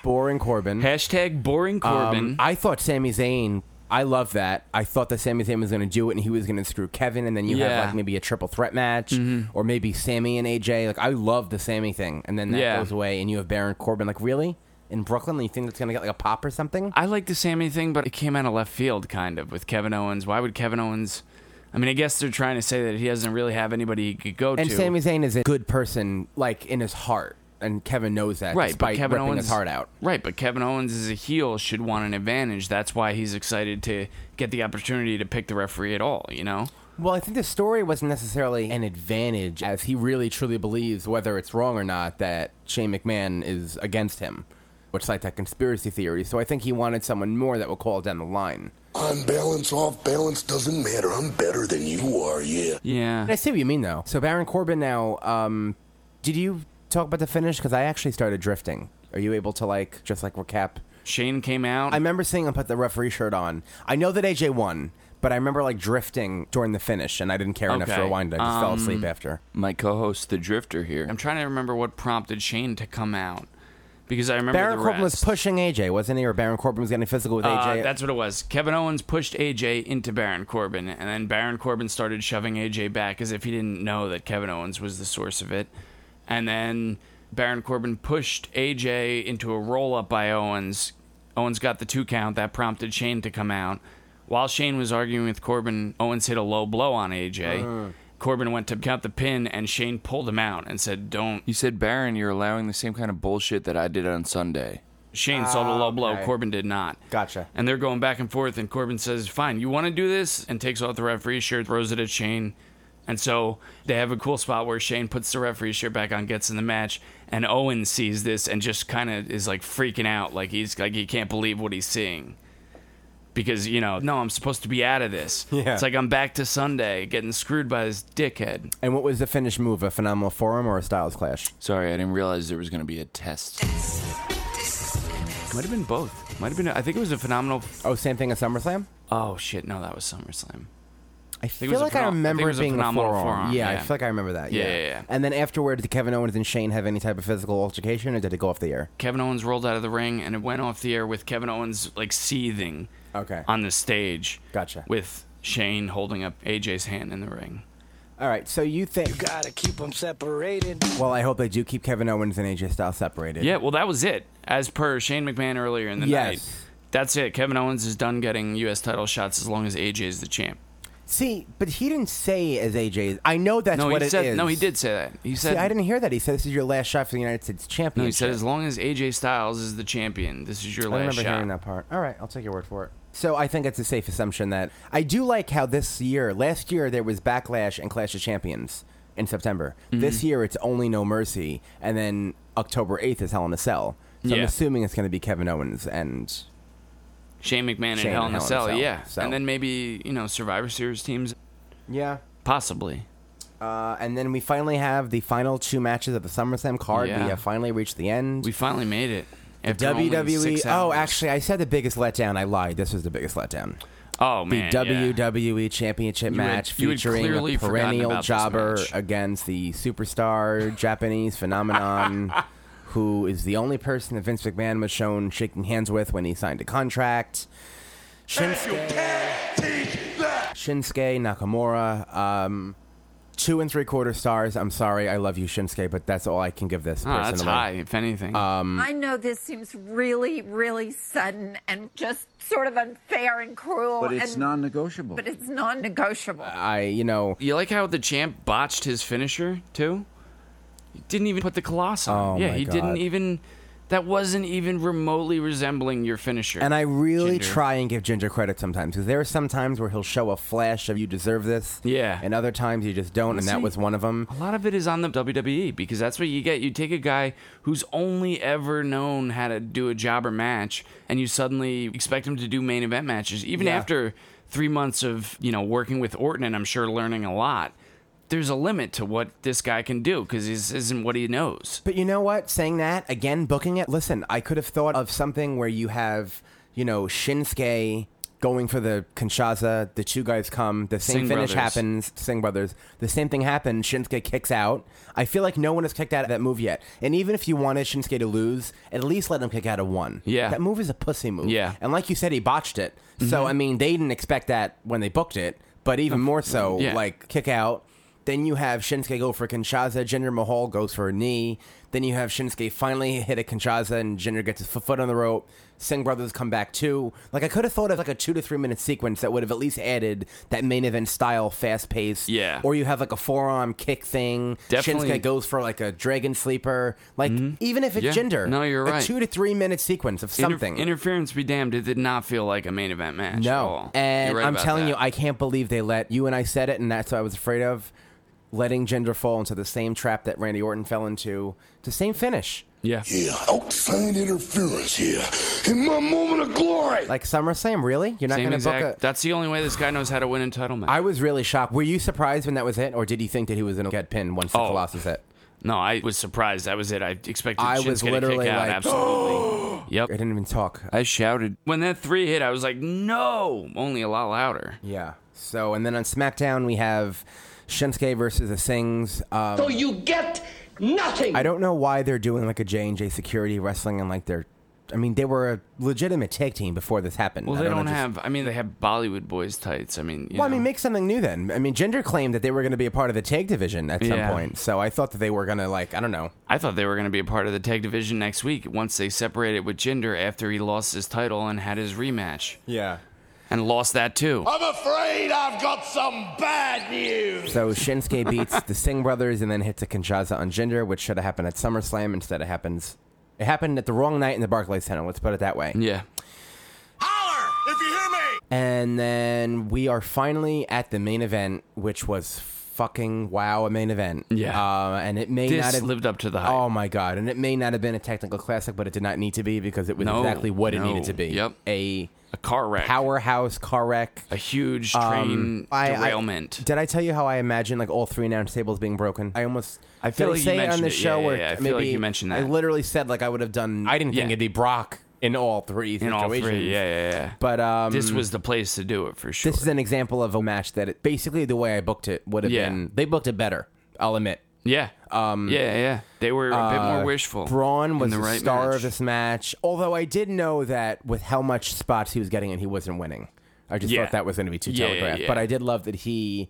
I: boring Corbin.
J: Hashtag boring Corbin.
I: Um, I thought Sami Zayn. I love that. I thought that Sami Zayn was going to do it, and he was going to screw Kevin, and then you
J: Yeah.
I: have like maybe a triple threat match,
J: Mhm.
I: or maybe Sammy and AJ. Like I love the Sammy thing, and then that
J: Yeah.
I: goes away, and you have Baron Corbin. Like really in Brooklyn, you think that's going to get like a pop or something?
J: I like the Sammy thing, but it came out of left field, kind of, with Kevin Owens. Why would Kevin Owens? I mean, I guess they're trying to say that he doesn't really have anybody he could go
I: and
J: to.
I: Sami Zayn is a good person, like in his heart, and Kevin knows that,
J: right, but
I: Despite
J: Kevin
I: ripping
J: Owens
I: his heart out.
J: Right, but Kevin Owens is a heel, should want an advantage. That's why he's excited to get the opportunity to pick the referee at all. You know,
I: Well, I think the story wasn't necessarily an advantage, as he really truly believes, whether it's wrong or not, that Shane McMahon is against him, which is like that conspiracy theory. So I think he wanted someone more that would call down the line.
K: On balance, off balance, doesn't matter. I'm better than you are, yeah.
J: Yeah.
I: I see what you mean, though. So Baron Corbin now, um, did you talk about the finish? Because I actually started drifting. Are you able to, like, just like recap?
J: Shane came out.
I: I remember seeing him put the referee shirt on. I know that AJ won, but I remember, like, drifting during the finish, and I didn't care enough for a wind. I just fell asleep
J: Um,
I: after.
J: My co-host, the Drifter, here. I'm trying to remember what prompted Shane to come out because I remember
I: Baron
J: the
I: Corbin
J: rest.
I: was pushing AJ, wasn't he? Or Baron Corbin was getting physical with
J: Uh,
I: AJ.
J: that's what it was. Kevin Owens pushed AJ into Baron Corbin, and then Baron Corbin started shoving AJ back as if he didn't know that Kevin Owens was the source of it. And then Baron Corbin pushed AJ into a roll up by Owens. Owens got the two count. That prompted Shane to come out. While Shane was arguing with Corbin, Owens hit a low blow on AJ.
D: Mm.
J: Corbin went to count the pin, and Shane pulled him out and said, Don't.
D: You said, Baron, you're allowing the same kind of bullshit that I did on Sunday.
J: Shane saw the
D: Ah,
J: low blow.
D: okay.
J: Corbin did not.
I: Um, Gotcha.
J: And they're going back and forth, and Corbin says, "Fine, you want to do this?" and takes off the referee shirt, throws it at Shane, and so they have a cool spot where Shane puts the referee shirt back on, gets in the match, and Owen sees this and just kind of is like freaking out, like he's like he can't believe what he's seeing. Because you know, no, I'm supposed to be out of this.
I: Yeah.
J: It's like I'm back to Sunday, getting screwed by this dickhead.
I: and what was the finish move? A phenomenal forum or a Styles clash?
D: Sorry, I didn't realize there was going to be a test.
J: Might have been both. Might have been. I think it was a phenomenal.
I: Oh, same thing at SummerSlam.
J: Oh shit! No, that was SummerSlam.
I: I
J: it
I: feel
J: was a
I: like
J: phenom-
I: I
J: I think
I: remember
J: it
I: it
J: was a
I: being a
J: phenomenal
I: forearm.
J: forearm,
I: Yeah, I
J: yeah.
I: feel like I remember that.
J: Yeah,
I: Yeah.
J: yeah, yeah.
I: And then afterward, did Kevin Owens and Shane have any type of physical altercation, or did it go off the air?
J: Kevin Owens rolled out of the ring and it went off the air with Kevin Owens like seething
I: okay.
J: on the stage.
I: Gotcha.
J: With Shane holding up AJ's hand in the ring.
I: All right. So you think? You
H: gotta keep them separated.
I: Well, I hope they do keep Kevin Owens and AJ Styles separated.
J: Yeah, well that was it. As per Shane McMahon earlier in the
I: Yes.
J: night. That's it. Kevin Owens is done getting US title shots as long as AJ is the champ.
I: See, but he didn't say as AJ. I know that's
J: no,
I: what
J: he
I: it
J: said
I: is.
J: no, he did say that. He said
I: See, I didn't hear that. He said this is your last shot for the United States Championship.
J: No, he said as long as AJ Styles is the champion, this is your
I: I
J: last
I: remember
J: shot.
I: hearing that part. All right, I'll take your word for it. So I think it's a safe assumption that I do like how this year, last year there was backlash and Clash of Champions in September. This
J: Mhm.
I: year it's only No Mercy, and then October eighth is Hell in a Cell. So I'm
J: Yeah.
I: assuming it's going to be Kevin Owens and
J: Shane McMahon and
I: Shane
J: Hell
I: and
J: in a
I: Hell
J: Cell, yeah. And then maybe, you know, Survivor Series teams.
I: Yeah.
J: Possibly.
I: Uh, and then we finally have the final two matches of the SummerSlam card.
J: Yeah.
I: We have finally reached the end.
J: We finally made it.
I: The
J: After only
I: WWE.
J: six
I: Oh,
J: hours.
I: actually, I said the biggest letdown. I lied. This was the biggest letdown.
J: Oh man,
I: the E
J: yeah.
I: WWE Championship
J: You had-
I: match
J: you had
I: featuring
J: clearly
I: a
J: forgotten about
I: perennial
J: this
I: jobber
J: match.
I: against the superstar Japanese phenomenon, who is the only person that Vince McMahon was shown shaking hands with when he signed a contract. Shinsuke, Shinsuke Nakamura, um, two and three quarter stars. I'm sorry, I love you, Shinsuke, but that's all I can give this.
J: Oh, that's
I: personally.
J: high, if anything.
I: Um,
O: I know this seems really, really sudden and just sort of unfair and cruel.
J: But it's
O: and-
J: non-negotiable.
O: But it's non-negotiable.
I: I, you know,
J: you like how the champ botched his finisher too. He didn't even put the colossal.
I: Oh,
J: yeah,
I: my
J: he didn't
I: God.
J: even. That wasn't even remotely resembling your finisher.
I: And I really
J: Ginger.
I: try and give Ginger credit sometimes because there are some times where he'll show a flash of you deserve this.
J: Yeah.
I: And other times you just don't, and that
J: See,
I: was one of them.
J: A lot of it is on the WWE because that's what you get. You take a guy who's only ever known how to do a jobber match, and you suddenly expect him to do main event matches, even
I: Yeah.
J: after three months of you know working with Orton, and I'm sure learning a lot. There's a limit to what this guy can do because this isn't what he knows.
I: But you know what? Saying that again, booking it. Listen, I could have thought of something where you have, you know, Shinsuke going for the Kinshasa. The two guys come. The same
J: Singh
I: finish
J: brothers.
I: happens. Singh brothers. The same thing happens. Shinsuke kicks out. I feel like no one has kicked out of that move yet. And even if you wanted Shinsuke to lose, at least let him kick out of one.
J: Yeah.
I: that move is a pussy move.
J: Yeah.
I: and like you said, he botched it. So
J: Mhm.
I: I mean, they didn't expect that when they booked it. But even more so,
J: Yeah.
I: like kick out. Then you have Shinsuke go for Kinshasa. Jinder Mahal goes for a knee. Then you have Shinsuke finally hit a Kinshasa, and Jinder gets his fo- foot on the rope. Singh brothers come back too. Like I could have thought of like a two to three minute sequence that would have at least added that main event style, fast paced.
J: Yeah.
I: Or you have like a forearm kick thing.
J: Definitely. Mm-hmm.
I: Shinsuke goes for like a dragon sleeper. Like even if it's
J: Yeah.
I: Jinder,
J: No, you're
I: a
J: right.
I: two to three minute sequence of
J: Inter-
I: something.
J: interference be damned. It did not feel like a main event match. at all.
I: No, and
J: You're right
I: I'm
J: about
I: telling
J: that.
I: you, I can't believe they let you and I said it, and that's what I was afraid of, letting Jinder fall into the same trap that Randy Orton fell into. It's the same finish.
J: Yeah.
K: Yeah, outside interference here. In my moment of glory.
I: Like SummerSlam, really? You're not
J: Same
I: going to book
J: exact-
I: a.
J: That's the only way this guy knows how to win a title match.
I: I was really shocked. Were you surprised when that was it, or did you think that he was going to get pinned once the
J: Oh.
I: Colossus hit?
J: No, I was surprised. That was it. I expected.
I: I
J: Shinsuke
I: was
J: to kick
I: literally
J: out,
I: like,
J: absolutely. yep. I
I: didn't even talk.
J: I shouted when that three hit. I was like, no, only a lot louder.
I: Yeah. So, and then on SmackDown, we have Shinsuke versus the Sings. Um,
L: so you get nothing.
I: I don't know why they're doing like a J and J security wrestling and like they're. I mean, they were a legitimate tag team before this happened.
J: Well,
I: I
J: they don't,
I: understand-
J: have. I mean, they have Bollywood boys tights. I mean, you
I: Well, I
J: know.
I: mean, make something new then. I mean, Gender claimed that they were going to be a part of the tag division at
J: Yeah.
I: some point, so I thought that they were going to like I don't know.
J: I thought they were going to be a part of the tag division next week once they separated with Jinder after he lost his title and had his rematch.
I: Yeah.
J: And lost that too.
I: Oh.
P: I'm afraid I've got some bad news.
I: So Shinsuke beats the Singh brothers and then hits a Kinshasa on Gender, which should have happened at SummerSlam. Instead, it happens. It happened at the wrong night in the Barclays Center. Let's put it that way.
J: Yeah.
P: If you hear me.
I: And then we are finally at the main event, which was fucking wow, a main event.
J: Yeah.
I: Uh, and it may
J: This
I: not have
J: lived up to the hype.
I: Oh my god! And it may not have been a technical classic, but it did not need to be because it was
J: No,
I: exactly what it
J: no.
I: needed to be.
J: Yep.
I: A
J: a car wreck.
I: powerhouse car wreck.
J: A huge
I: Um,
J: train
I: I- I-
J: derailment.
I: did I tell you how I imagine like all three announce tables being broken? I almost I
J: feel
I: did
J: like
I: I
J: you
I: say it on
J: mentioned
I: the
J: it.
I: show
J: Yeah, yeah,
I: where
J: yeah. I feel
I: maybe
J: like you mentioned
I: I
J: that.
I: literally said like I would have done. I didn't
J: Yeah.
I: think it'd be Brock in all three
J: in all
I: situations.
J: three. Yeah, yeah, yeah.
I: But um,
J: this was the place to do it for sure.
I: This is an example of a match that it, basically the way I booked it would have
J: Yeah.
I: been. They booked it better. I'll admit.
J: yeah.
I: Um, uh,
J: yeah, yeah. They were a bit more wishful.
I: Braun
J: in
I: was
J: the
I: the,
J: right
I: star
J: match.
I: of this match. Although I did know that with how much spots he was getting and he wasn't winning. I just
J: Yeah.
I: thought that was going to be too
J: Yeah, yeah,
I: telegraphed.
J: yeah.
I: But I did love that he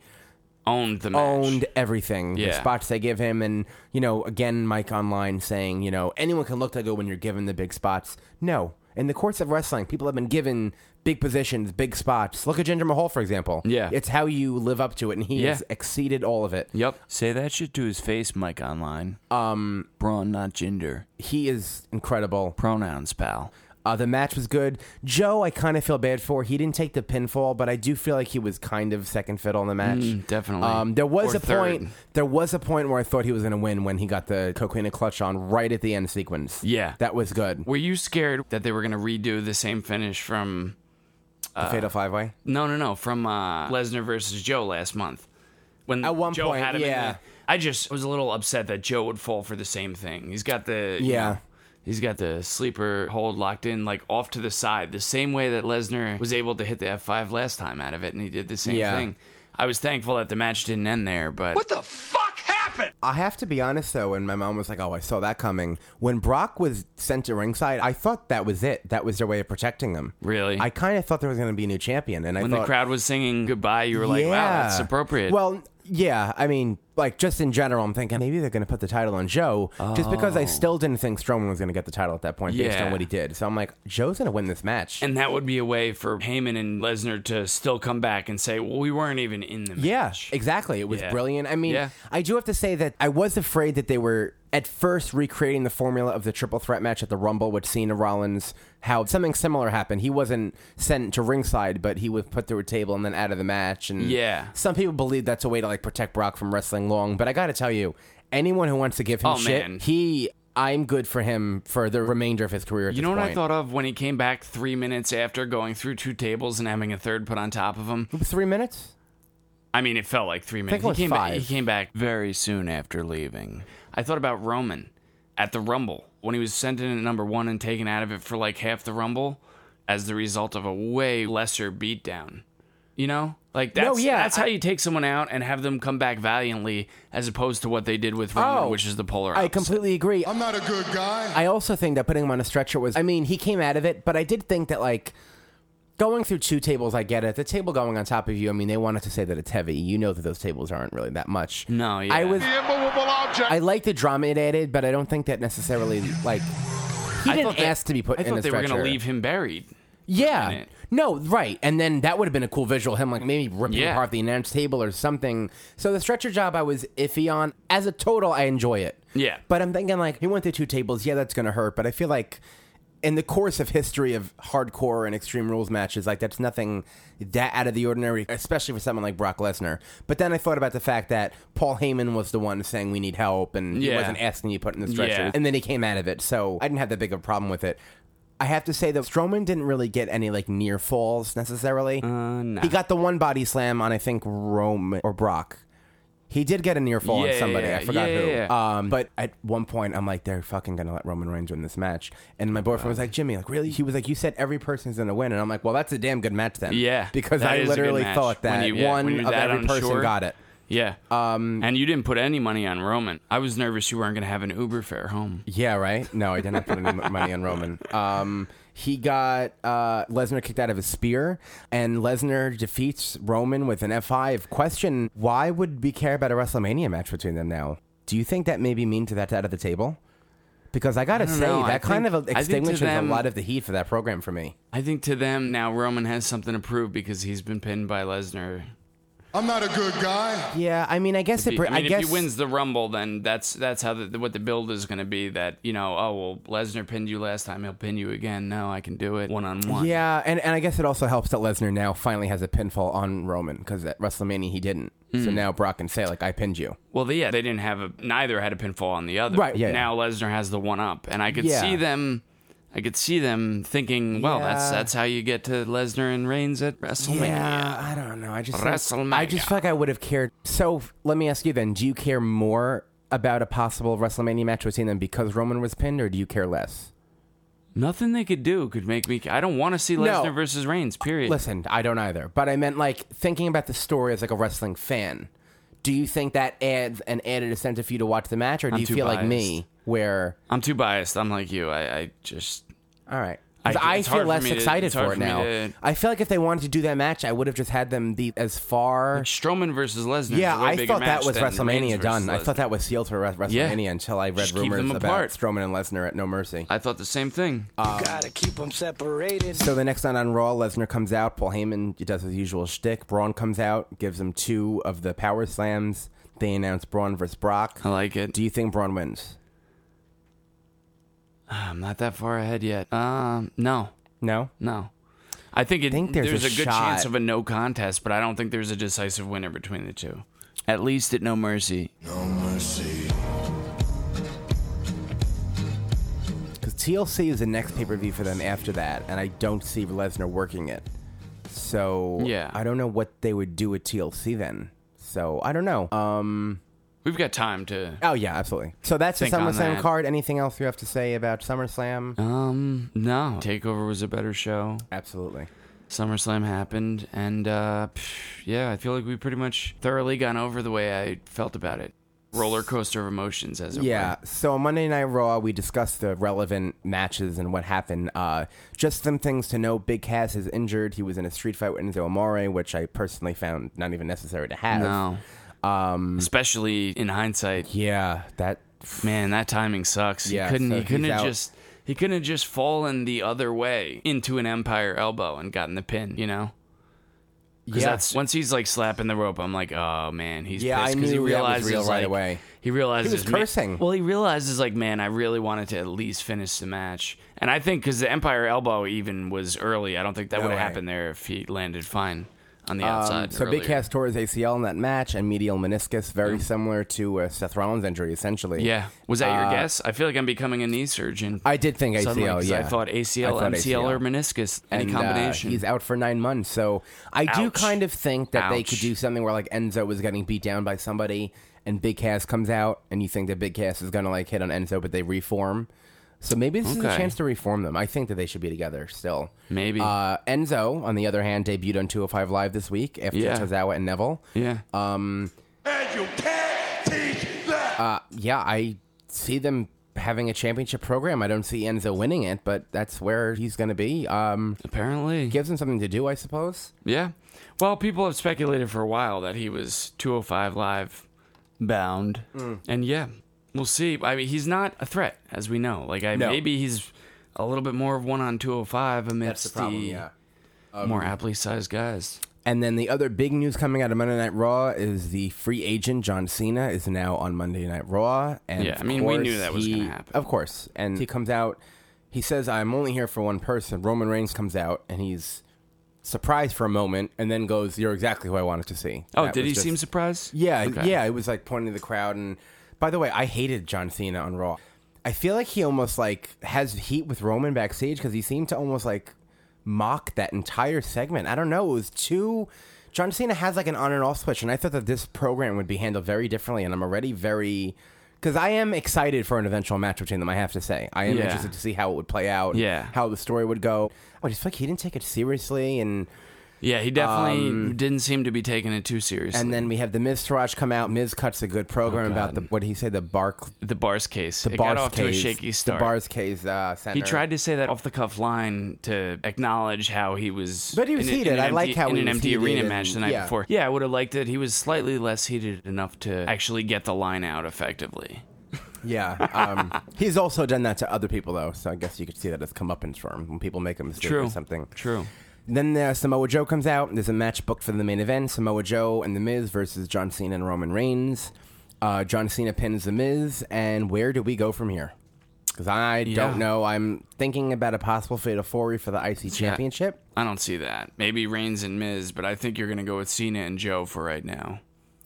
J: owned the match.
I: owned everything. The
J: Yeah.
I: spots they give him. And, you know, again, Mike online saying, you know, anyone can look like it when you're given the big spots. No. In the courts of wrestling, people have been given big positions, big spots. Look at Jinder Mahal, for example.
J: Yeah.
I: It's how you live up to it. And he
J: Yeah.
I: has exceeded all of it.
J: Yep. Say that shit to his face, Mike Online.
I: Um,
J: Braun, not gender.
I: He is incredible.
J: Pronouns, pal.
I: Uh, the match was good. Joe, I kind of feel bad for. He didn't take the pinfall, but I do feel like he was kind of second fiddle in the match.
J: Mm, definitely.
I: Um, there was
J: Or
I: a point.
J: third.
I: There was a point where I thought he was going to win when he got the cocaine clutch on right at the end sequence.
J: Yeah.
I: that was good.
J: Were you scared that they were going to redo the same finish from
I: The Fatal Five Way.
J: No, no, no. From uh, Lesnar versus Joe last month. When
I: At one
J: Joe
I: point,
J: had him in
I: yeah.
J: the- I just was a little upset that Joe would fall for the same thing. He's got the you
I: Yeah.
J: know, he's got the sleeper hold locked in, like off to the side, the same way that Lesnar was able to hit the F five last time out of it, and he did the same
I: Yeah.
J: thing. I was thankful that the match didn't end there, but what the
I: I have to be honest though, and my mom was like, "Oh, I saw that coming." When Brock was sent to ringside, I thought that was it. That was their way of protecting him.
J: really?
I: I kind of thought there was going to be a new champion, and I
J: when
I: thought
J: the crowd was singing goodbye, you were like, "Wow, that's
I: Yeah.
J: appropriate."
I: Well, yeah. I mean, like just in general, I'm thinking maybe they're going to put the title on Joe, just because I
J: Oh.
I: still didn't think Strowman was going to get the title at that point based
J: Yeah.
I: on what he did. So I'm like, Joe's going to win this match.
J: and that would be a way for Heyman and Lesnar to still come back and say, "Well, we weren't even in the match."
I: Yeah, exactly. It was
J: Yeah.
I: brilliant. I mean,
J: Yeah.
I: I do have to say that I was afraid that they were at first recreating the formula of the triple threat match at the Rumble with Cena Rollins, how something similar happened. He wasn't sent to ringside, but he was put through a table and then out of the match. And
J: Yeah.
I: some people believe that's a way to like protect Brock from wrestling long. But I got to tell you, anyone who wants to give him
J: Oh,
I: shit,
J: man.
I: he. I'm good for him for the remainder of his career. At
J: You
I: this
J: know what I
I: point.
J: thought of when he came back three minutes after going through two tables and having a third put on top of him?
I: Three minutes?
J: I mean, it felt like three
I: think
J: minutes.
I: it was
J: he, came Back,
I: five.
J: he came back very soon after leaving. I thought about Roman at the Rumble when he was sent in at number one and taken out of it for like half the Rumble as the result of a way lesser beatdown. You know? Like
I: No,
J: that's
I: yeah,
J: that's how you take someone out and have them come back valiantly as opposed to what they did with Roman,
I: Oh,
J: which is the polar
I: I
J: opposite.
I: completely agree. I'm not a good guy. I also think that putting him on a stretcher was. I mean, he came out of it, but I did think that like going through two tables, I get it. The table going on top of you. I mean, they wanted to say that it's heavy. You know that those tables aren't really that much.
J: No, yeah.
I: I was.
B: immovable object.
I: I like the drama it added, but I don't think that necessarily like he
J: I
I: didn't
J: thought they-
I: ask to be put
J: I
I: in
J: thought
I: a
J: they were
I: stretcher.
J: gonna leave him buried.
I: Yeah. No, right. And then that would have been a cool visual, him like maybe ripping
J: Yeah.
I: apart the announce table or something. So the stretcher job I was iffy on. As a total, I enjoy it.
J: Yeah.
I: But I'm thinking like he went through two tables, yeah, that's gonna hurt. But I feel like in the course of history of hardcore and extreme rules matches, like that's nothing that out of the ordinary, especially for someone like Brock Lesnar. But then I thought about the fact that Paul Heyman was the one saying we need help and he
J: Yeah.
I: wasn't asking you to put in the stretcher.
J: Yeah.
I: And then he came out of it. So I didn't have that big of a problem with it. I have to say that Strowman didn't really get any like near falls necessarily. Uh,
J: no.
I: He got the one body slam on I think Rome or Brock. He did get a near fall
J: Yeah,
I: on somebody.
J: yeah,
I: I forgot
J: yeah,
I: who.
J: yeah,
I: Um, but at one point, I'm like, they're fucking gonna let Roman Reigns win this match. And my
J: Oh,
I: boyfriend was like, Jimmy, like really? He was like, you said every person's gonna win, and I'm like, well, that's a damn good match then.
J: Yeah,
I: because
J: that
I: I
J: is a good
I: literally
J: match.
I: thought
J: When
I: that
J: you- yeah,
I: one
J: when you're
I: of
J: that
I: every person
J: unsure.
I: got it.
J: Yeah. Um, and you didn't put any money on Roman. I was nervous you weren't going to have an Uber fare home.
I: Yeah, right. No, I did not put any mo- money on Roman. Um, he got uh, Lesnar kicked out of his spear, and Lesnar defeats Roman with an F5. Question: Why would we care about a WrestleMania match between them now? Do you think that maybe mean to that out of the table? Because I gotta
J: I don't
I: say
J: know.
I: that
J: I
I: kind
J: think-
I: of
J: I think to
I: extinguishes
J: them-
I: a lot of the heat for that program for me.
J: I think to them now Roman has something to prove because he's been pinned by Lesnar.
F: I'm not a good guy.
I: Yeah, I mean, I guess
J: If
I: it.
J: he,
I: br-
J: I
I: I,
J: mean,
I: guess
J: if he wins the Rumble, then that's that's how the, what the build is going to be. That you know, oh well, Lesnar pinned you last time, he'll pin you again. No, I can do it one on one.
I: Yeah, and, and I guess it also helps that Lesnar now finally has a pinfall on Roman because at WrestleMania he didn't. So
J: Mm.
I: now Brock can say like, "I pinned you."
J: Well, they- yeah, they didn't have a neither had a pinfall on the other.
I: Right, yeah, yeah.
J: Now Lesnar has the one up, and I could
I: Yeah.
J: see them. I could see them thinking, well, that's
I: Yeah.
J: that's how you get to Lesnar and Reigns at WrestleMania.
I: Yeah, I don't know. I just think-
J: Oh WrestleMania.
I: I just feel like I would have cared. So f- let me ask you then: Do you care more about a possible WrestleMania match between them because Roman was pinned, or do you care less?
J: Nothing they could do could make me. I don't want to see
I: No.
J: Lesnar versus Reigns. Period.
I: Listen, I don't either. But I meant like thinking about the story as like a wrestling fan. Do you think that adds an added incentive for you to watch the match, or do
J: I'm
I: you
J: too
I: feel like me,
J: biased.
I: where
J: I'm too biased. I'm like you. I, I just.
I: All right.
J: I-
I: 'Cause I,
J: it's hard
I: feel
J: for
I: less
J: me to-
I: excited
J: it's hard
I: for it
J: for me
I: now.
J: to-
I: I feel like if they wanted to do that match, I would have just had them be as far.
J: Strowman versus Lesnar.
I: Yeah,
J: is a way
I: I
J: bigger
I: thought that
J: match
I: was
J: than
I: WrestleMania
J: Reigns
I: done.
J: versus
I: I thought that was sealed for Re-
J: Yeah.
I: WrestleMania until I read
J: Just keep
I: rumors
J: them
I: about
J: apart.
I: Strowman and Lesnar at No Mercy.
J: I thought the same thing.
H: Gotta keep them separated.
I: So the next night on Raw, Lesnar comes out. Paul Heyman does his usual shtick. Braun comes out, gives him two of the power slams. They announce Braun versus Brock. I
J: like it.
I: Do you think Braun wins?
J: I'm not that far ahead yet. Um, no,
I: no,
J: no. I think, it,
I: there's
J: there's,
I: a
J: a, good
I: shot.
J: chance of a no contest, but I don't think there's a decisive winner between the two. At least at No Mercy.
K: No mercy.
I: Because TLC is the next pay per view for them after that, and I don't see Lesnar working it. So
J: Yeah.
I: I don't know what they would do with TLC then. So I don't know. Um,
J: We've got time to.
I: Oh yeah, absolutely. So that's the
J: Think on
I: SummerSlam
J: that.
I: card. Anything else you have to say about SummerSlam?
J: Um, no. Takeover was a better show.
I: Absolutely.
J: SummerSlam happened, and uh, pff, yeah, I feel like we pretty much thoroughly gone over the way I felt about it. Roller coaster of emotions, as it
I: Yeah. So on Monday Night Raw, we discussed the relevant matches and what happened. Uh, just some things to know: Big Cass is injured. He was in a street fight with Enzo Amore, which I personally found not even necessary to have.
J: No.
I: Um,
J: were. Especially in hindsight.
I: Yeah, that
J: man, that timing sucks.
I: Yeah,
J: he couldn't.
I: so
J: he couldn't
I: he's
J: have
I: out.
J: just. He couldn't have just fallen the other way into an Empire elbow and gotten the pin. You know. 'Cause
I: Yeah.
J: that's- once he's like slapping the rope, I'm like, oh man, he's
I: Yeah, I
J: pissed 'cause
I: knew
J: he
I: that was
J: realizes
I: real right
J: like,
I: away.
J: He realizes
I: He was
J: ma-
I: cursing.
J: well, he realizes like, man, I really wanted to at least finish the match, and I think because the Empire elbow even was early, I don't think that
I: No
J: would have
I: way.
J: happened there if he landed fine on the
I: Um,
J: outside.
I: so
J: earlier.
I: Big Cass tore his ACL in that match and medial meniscus, very similar to uh, Seth Rollins' injury, essentially.
J: Yeah. Was that your
I: Uh,
J: guess? I feel like I'm becoming a knee surgeon.
I: I did think ACL.
J: Suddenly, 'cause
I: yeah,
J: I thought ACL,
I: I thought
J: MCL, or meniscus. Any
I: And, uh,
J: combination.
I: he's out for nine months, so I do
J: Ouch.
I: kind of think that they
J: Ouch.
I: could do something where like Enzo was getting beat down by somebody, and Big Cass comes out, and you think that Big Cass is going to like hit on Enzo, but they reform. So maybe this is a
J: Okay.
I: chance to reform them. I think that they should be together still.
J: Maybe.
I: Uh, Enzo, on the other hand, debuted on 205 Live this week after
J: Yeah.
I: Tozawa and Neville.
J: Yeah.
I: Um,
B: And you can't teach that.
I: uh, yeah, I see them having a championship program. I don't see Enzo winning it, but that's where he's going to be. Um,
J: Apparently,
I: gives him something to do, I suppose.
J: Yeah. Well, people have speculated for a while that he was 205 live bound. And yeah, we'll see. I mean, he's not a threat, as we know. Like, I,
I: No.
J: maybe he's a little bit more of one on 205 amidst
I: the problem, yeah. Um,
J: more aptly sized guys.
I: And then the other big news coming out of Monday Night Raw is the free agent John Cena is now on Monday Night Raw. And
J: Yeah, I
I: of
J: mean, we knew
I: course
J: that was
I: he-
J: gonna happen.
I: Of course. And he comes out, he says, I'm only here for one person. Roman Reigns comes out, and he's surprised for a moment, and then goes, You're exactly who I wanted to see.
J: Oh,
I: That
J: did
I: was
J: he
I: just-
J: seem surprised?
I: Yeah,
J: Okay.
I: yeah. It was like pointing to the crowd. And by the way, I hated John Cena on Raw. I feel like he almost like has heat with Roman backstage because he seemed to almost like mock that entire segment. I don't know. It was too. John Cena has like an on and off switch, and I thought that this program would be handled very differently. And I'm already very. Because I am excited for an eventual match between them, I have to say. I am
J: Yeah.
I: interested to see how it would play out,
J: Yeah.
I: how the story would go. I just feel like he didn't take it seriously, and
J: Yeah, he definitely
I: Um,
J: didn't seem to be taking it too seriously.
I: and then we have the Miz Taraj come out. Miz cuts a good program about the what did he say the bark
J: the bars case.
I: the
J: Oh, it
I: bars
J: got off
I: case,
J: to a shaky start.
I: The bars case uh, center.
J: He tried to say that off the cuff line to acknowledge how he was,
I: But he was
J: in a- in
I: heated.
J: an
I: I like
J: empty-
I: how
J: in
I: he
J: an
I: was
J: empty
I: heated
J: arena
I: and-
J: match the night
I: yeah.
J: before. Yeah, I would have liked it. He was slightly less heated enough to actually get the line out effectively.
I: Yeah, um, he's also done that to other people though. So I guess you could see that as comeuppance for him when people make a mistake or
J: True.
I: something.
J: True.
I: Then uh, Samoa Joe comes out. There's a match booked for the main event: Samoa Joe and The Miz versus John Cena and Roman Reigns. Uh, John Cena pins The Miz, and where do we go from here? Because I
J: Yeah.
I: don't know. I'm thinking about a possible fatal four for the IC championship.
J: I don't see that. Maybe Reigns and Miz, but I think you're going to go with Cena and Joe for right now.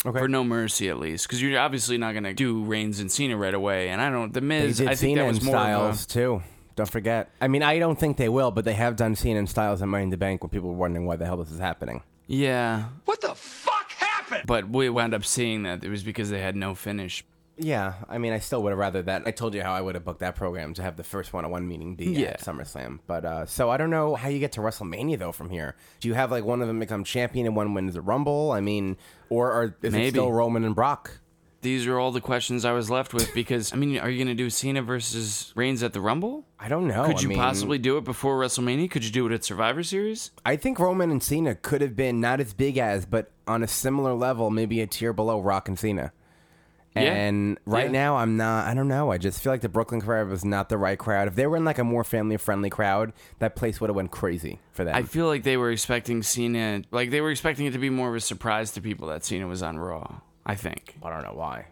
I: Okay.
J: For no mercy, at least, because you're obviously not going to do Reigns and Cena right away. And I don't. The
I: They
J: Miz,
I: did
J: I think
I: Cena
J: that was
I: and
J: more.
I: Styles
J: Of
I: too. Don't forget. I mean, I don't think they will, but they have done Cena and Styles and Money in the Bank when people were wondering why the hell this is happening.
J: a, yeah. What the fuck happened? But we wound up seeing that it was because they had no finish.
I: Yeah, I mean, I still would have rather that. I told you how I would have booked that program to have the first one-on-one meeting be
J: Yeah.
I: at SummerSlam. But uh, so I don't know how you get to WrestleMania though from here. Do you have like one of them become champion and one wins the Rumble? I mean, or are is
J: Maybe.
I: it still Roman and Brock?
J: These are all the questions I was left with because I mean, are you going to do Cena versus Reigns at the Rumble?
I: I don't know.
J: Could
I: I
J: you
I: mean-
J: possibly do it before WrestleMania? Could you do it at Survivor Series?
I: I think Roman and Cena could have been not as big as, but on a similar level, maybe a tier below Rock and Cena.
J: Yeah.
I: And right
J: Yeah.
I: now, I'm not. I don't know. I just feel like the Brooklyn crowd was not the right crowd. If they were in like a more family friendly crowd, that place would have went crazy for them.
J: I feel like they were expecting Cena, like they were expecting it to be more of a surprise to people that Cena was on Raw. I think
I: I don't know why.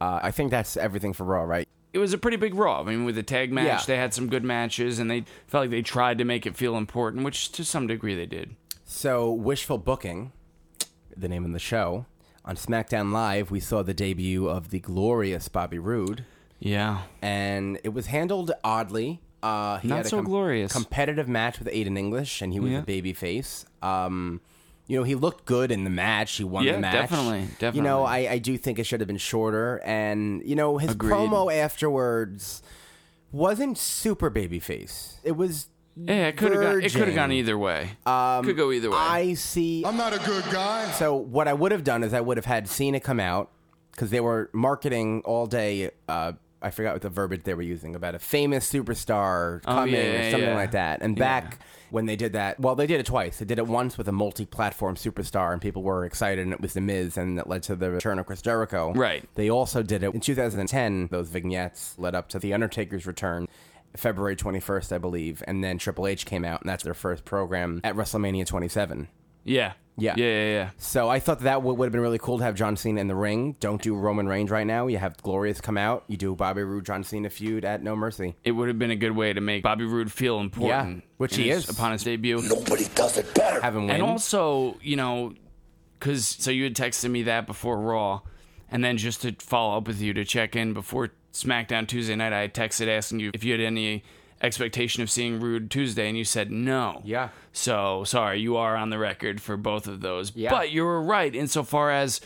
I: uh, I think that's everything for Raw, right?
J: it was a pretty big Raw. I mean, with the tag match,
I: Yeah.
J: they had some good matches, and they felt like they tried to make it feel important, which to some degree they did.
I: So, Wishful Booking, the name of the show. On SmackDown Live, we saw the debut of the glorious Bobby Roode.
J: Yeah,
I: and it was handled oddly. Uh, he
J: Not
I: had a
J: so glorious.
I: competitive match with Aiden English, and he was
J: Yeah.
I: a baby face. Um, you know, he looked good in the match. He won
J: Yeah,
I: the match.
J: definitely,
I: You know,
J: definitely.
I: I, I do think it should have been shorter. And, you know, his
J: Agreed.
I: promo afterwards wasn't super babyface. It was.
J: yeah, it could have gone, it could have
I: verging.
J: gone either way. Um, could go either way.
I: I see. I'm not a good guy. So what I would have done is I would have had Cena come out because they were marketing all day. Uh, I forgot what the verbiage they were using about a famous superstar
J: Oh,
I: coming
J: yeah,
I: or something
J: yeah.
I: like that. And
J: Yeah.
I: back when they did that, well, they did it twice. They did it once with a multi-platform superstar, and people were excited, and it was The Miz, and that led to the return of Chris Jericho.
J: Right.
I: They also did it in 2010. Those vignettes led up to The Undertaker's return, February 21st, I believe. And then Triple H came out, and that's their first program at WrestleMania 27.
J: Yeah.
I: Yeah.
J: Yeah, yeah, yeah.
I: So I thought that would have been really cool to have John Cena in the ring. Don't do Roman Reigns right now. You have Glorious come out. You do Bobby Roode John Cena feud at No Mercy.
J: It would have been a good way to make Bobby Roode feel important.
I: Yeah, which
J: in
I: he
J: his-
I: is.
J: upon his debut.
K: Nobody does it better.
I: Have him win.
J: And also, you know, because so you had texted me that before Raw, and then just to follow up with you to check in before SmackDown Tuesday night, I had texted asking you if you had any expectation of seeing Rude Tuesday, and you said no.
I: Yeah.
J: So sorry, you are on the record for both of those.
I: Yeah.
J: But you were right insofar as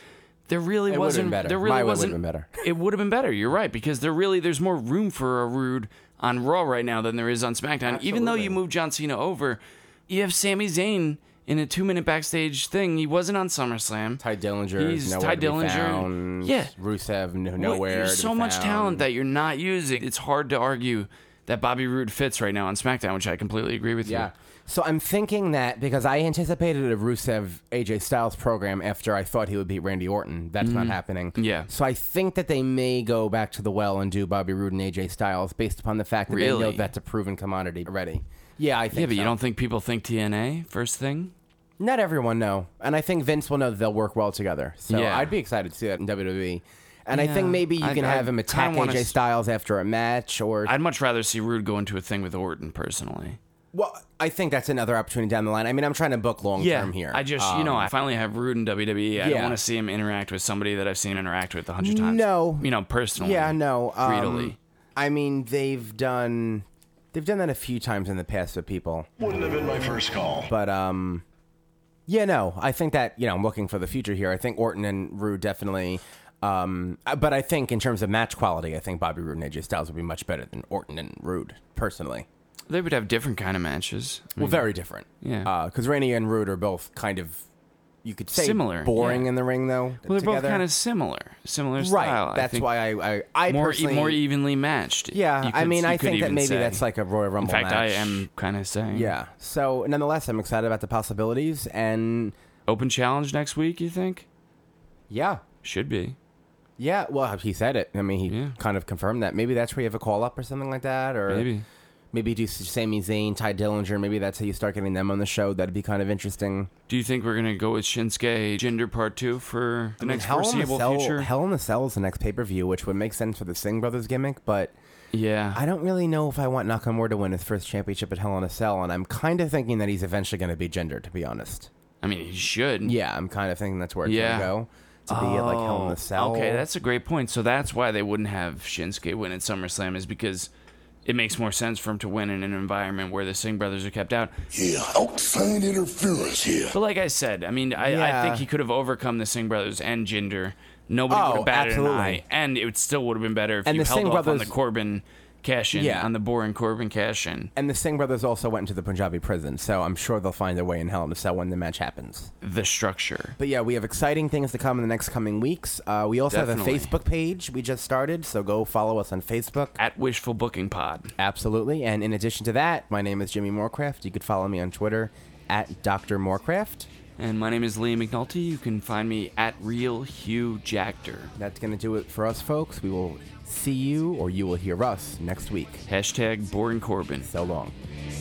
J: there really
I: It would've
J: wasn't
I: been better.
J: There really
I: My way would've
J: wasn't
I: been better.
J: It would have been better. You're right because there really there's more room for a Rude on Raw right now than there is on SmackDown. Even though you move John Cena over, you have Sami Zayn in a two minute backstage thing. He wasn't on SummerSlam.
I: Ty Dillinger.
J: He's
I: is nowhere
J: Ty
I: to be
J: Dillinger.
I: found.
J: Yeah.
I: Rusev. No,
J: What-
I: nowhere.
J: There's
I: to be
J: so much
I: found.
J: talent that you're not using. It's hard to argue that Bobby Roode fits right now on SmackDown, which I completely agree with
I: Yeah.
J: you.
I: So I'm thinking that because I anticipated a Rusev AJ Styles program after I thought he would beat Randy Orton. That's not
J: Mhm.
I: happening.
J: Yeah.
I: So I think that they may go back to the well and do Bobby Roode and AJ Styles based upon the fact that they know
J: Really?
I: that's a proven commodity already. Yeah, I think.
J: yeah, but you
I: so.
J: don't think people think TNA first thing?
I: Not everyone know, and I think Vince will know that they'll work well together. So
J: Yeah.
I: I'd be excited to see that in WWE. And I think
J: Yeah.
I: maybe you
J: I-
I: can
J: I
I: have him attack
J: kinda wanna
I: AJ
J: s-
I: Styles after a match, or
J: I'd much rather see Rude go into a thing with Orton personally.
I: well, I think that's another opportunity down the line. I mean, I'm trying to book long term here.
J: I just, you know,
I: Um,
J: I finally have Rude in WWE. I don't
I: Yeah.
J: want to see him interact with somebody that I've seen him interact with a hundred times.
I: No.
J: you know, personally.
I: Yeah, no. Um,
J: greedily.
I: I mean, they've done they've done that a few times in the past with people.
C: Wouldn't have been my first call.
I: But um yeah, no. I think that, you know, I'm looking for the future here. I think Orton and Rue definitely um uh, but I think in terms of match quality, I think Bobby Roode and AJ Styles would be much better than Orton and Rude personally.
J: They would have different kind of matches. I
I: Well,
J: mean,
I: very different.
J: Mm. Yeah.
I: Because Rainey and Rude are both kind of, you could say,
J: Similar,
I: boring
J: yeah.
I: in the ring, though.
J: well, they're both
I: together.
J: kind of similar, similar
I: right.
J: style. I
I: That's
J: think.
I: why I, I, I
J: more e-
I: personally,
J: more evenly matched.
I: Yeah,
J: You
I: I
J: could-
I: mean,
J: you
I: I
J: could
I: think that
J: even
I: maybe
J: say.
I: that's like a Royal Rumble
J: In fact, I
I: match.
J: am kind of saying,
I: Yeah. So, nonetheless, I'm excited about the possibilities, and
J: Open challenge next week. You think
I: yeah,
J: should be?
I: yeah. Well, he said it. I mean, he
J: Yeah.
I: kind of confirmed that. Maybe that's where you have a call up or something like that, or
J: Maybe.
I: maybe do Sami Zayn, Ty Dillinger. Maybe that's how you start getting them on the show. That'd be kind of interesting.
J: Do you think we're gonna go with Shinsuke Gender Part Two for the
I: I mean,
J: next
I: Hell in a
J: foreseeable
I: Cell-
J: future?
I: Hell in the Cell is the next pay per view, which would make sense for the Singh Brothers gimmick, but.
J: yeah,
I: I don't really know if I want Nakamura to win his first championship at Hell in a Cell, and I'm kind of thinking that he's eventually going to be gendered, to be honest.
J: I mean, he should.
I: Yeah, I'm kind of thinking that's where it's
J: Yeah.
I: going to go. To be at like Hell in
J: Oh,
I: a Cell.
J: Okay, that's a great point. So that's why they wouldn't have Shinsuke win at SummerSlam is because it makes more sense for him to win in an environment where the Singh brothers are kept out.
K: Yeah, outside interference here.
J: But like I said, I mean, I, I
I: Yeah.
J: think he could have overcome the Singh brothers and Jinder. Nobody
I: Oh,
J: would have batted
I: absolutely.
J: an eye, and it would still would have been better if
I: And
J: you
I: the
J: held
I: Singh
J: off on
I: brothers-
J: the Corbin cash in,
I: Yeah.
J: on the boring Corbin cash in.
I: And the Singh brothers also went into the Punjabi prison, so I'm sure they'll find their way in Hell in a Cell when the match happens.
J: The structure.
I: But yeah, we have exciting things to come in the next coming weeks. Uh, we also
J: Definitely.
I: have a Facebook page we just started, so go follow us on Facebook.
J: At Wishful Booking Pod.
I: Absolutely. And in addition to that, my name is Jimmy Moorcraft. You could follow me on Twitter at Dr. Moorcraft.
J: And my name is Liam McNulty. You can find me at Real Hugh Jactor.
I: That's going to do it for us, folks. We will see you or you will hear us next week.
J: Hashtag boring Corbin.
I: So long.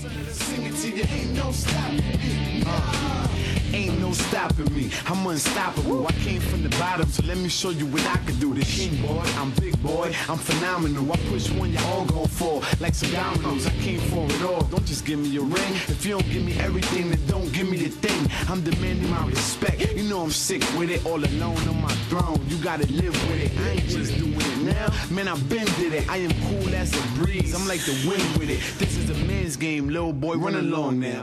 N: Ain't no stopping me. Uh, Ain't no stopping me. I'm unstoppable. I came from the bottom, so let me show you what I can do. This king boy, I'm big boy, I'm phenomenal. I push one, you all go for like some dominoes. I came for it all. Don't just give me a ring. If you don't give me everything, then don't give me the thing. I'm demanding my respect. You know I'm sick with it, all alone on my throne. You gotta live with it. I ain't just doing it now. Man, I've been did it. I am cool as a breeze. I'm like the wind with it. This is a man's game, little boy. Run along now.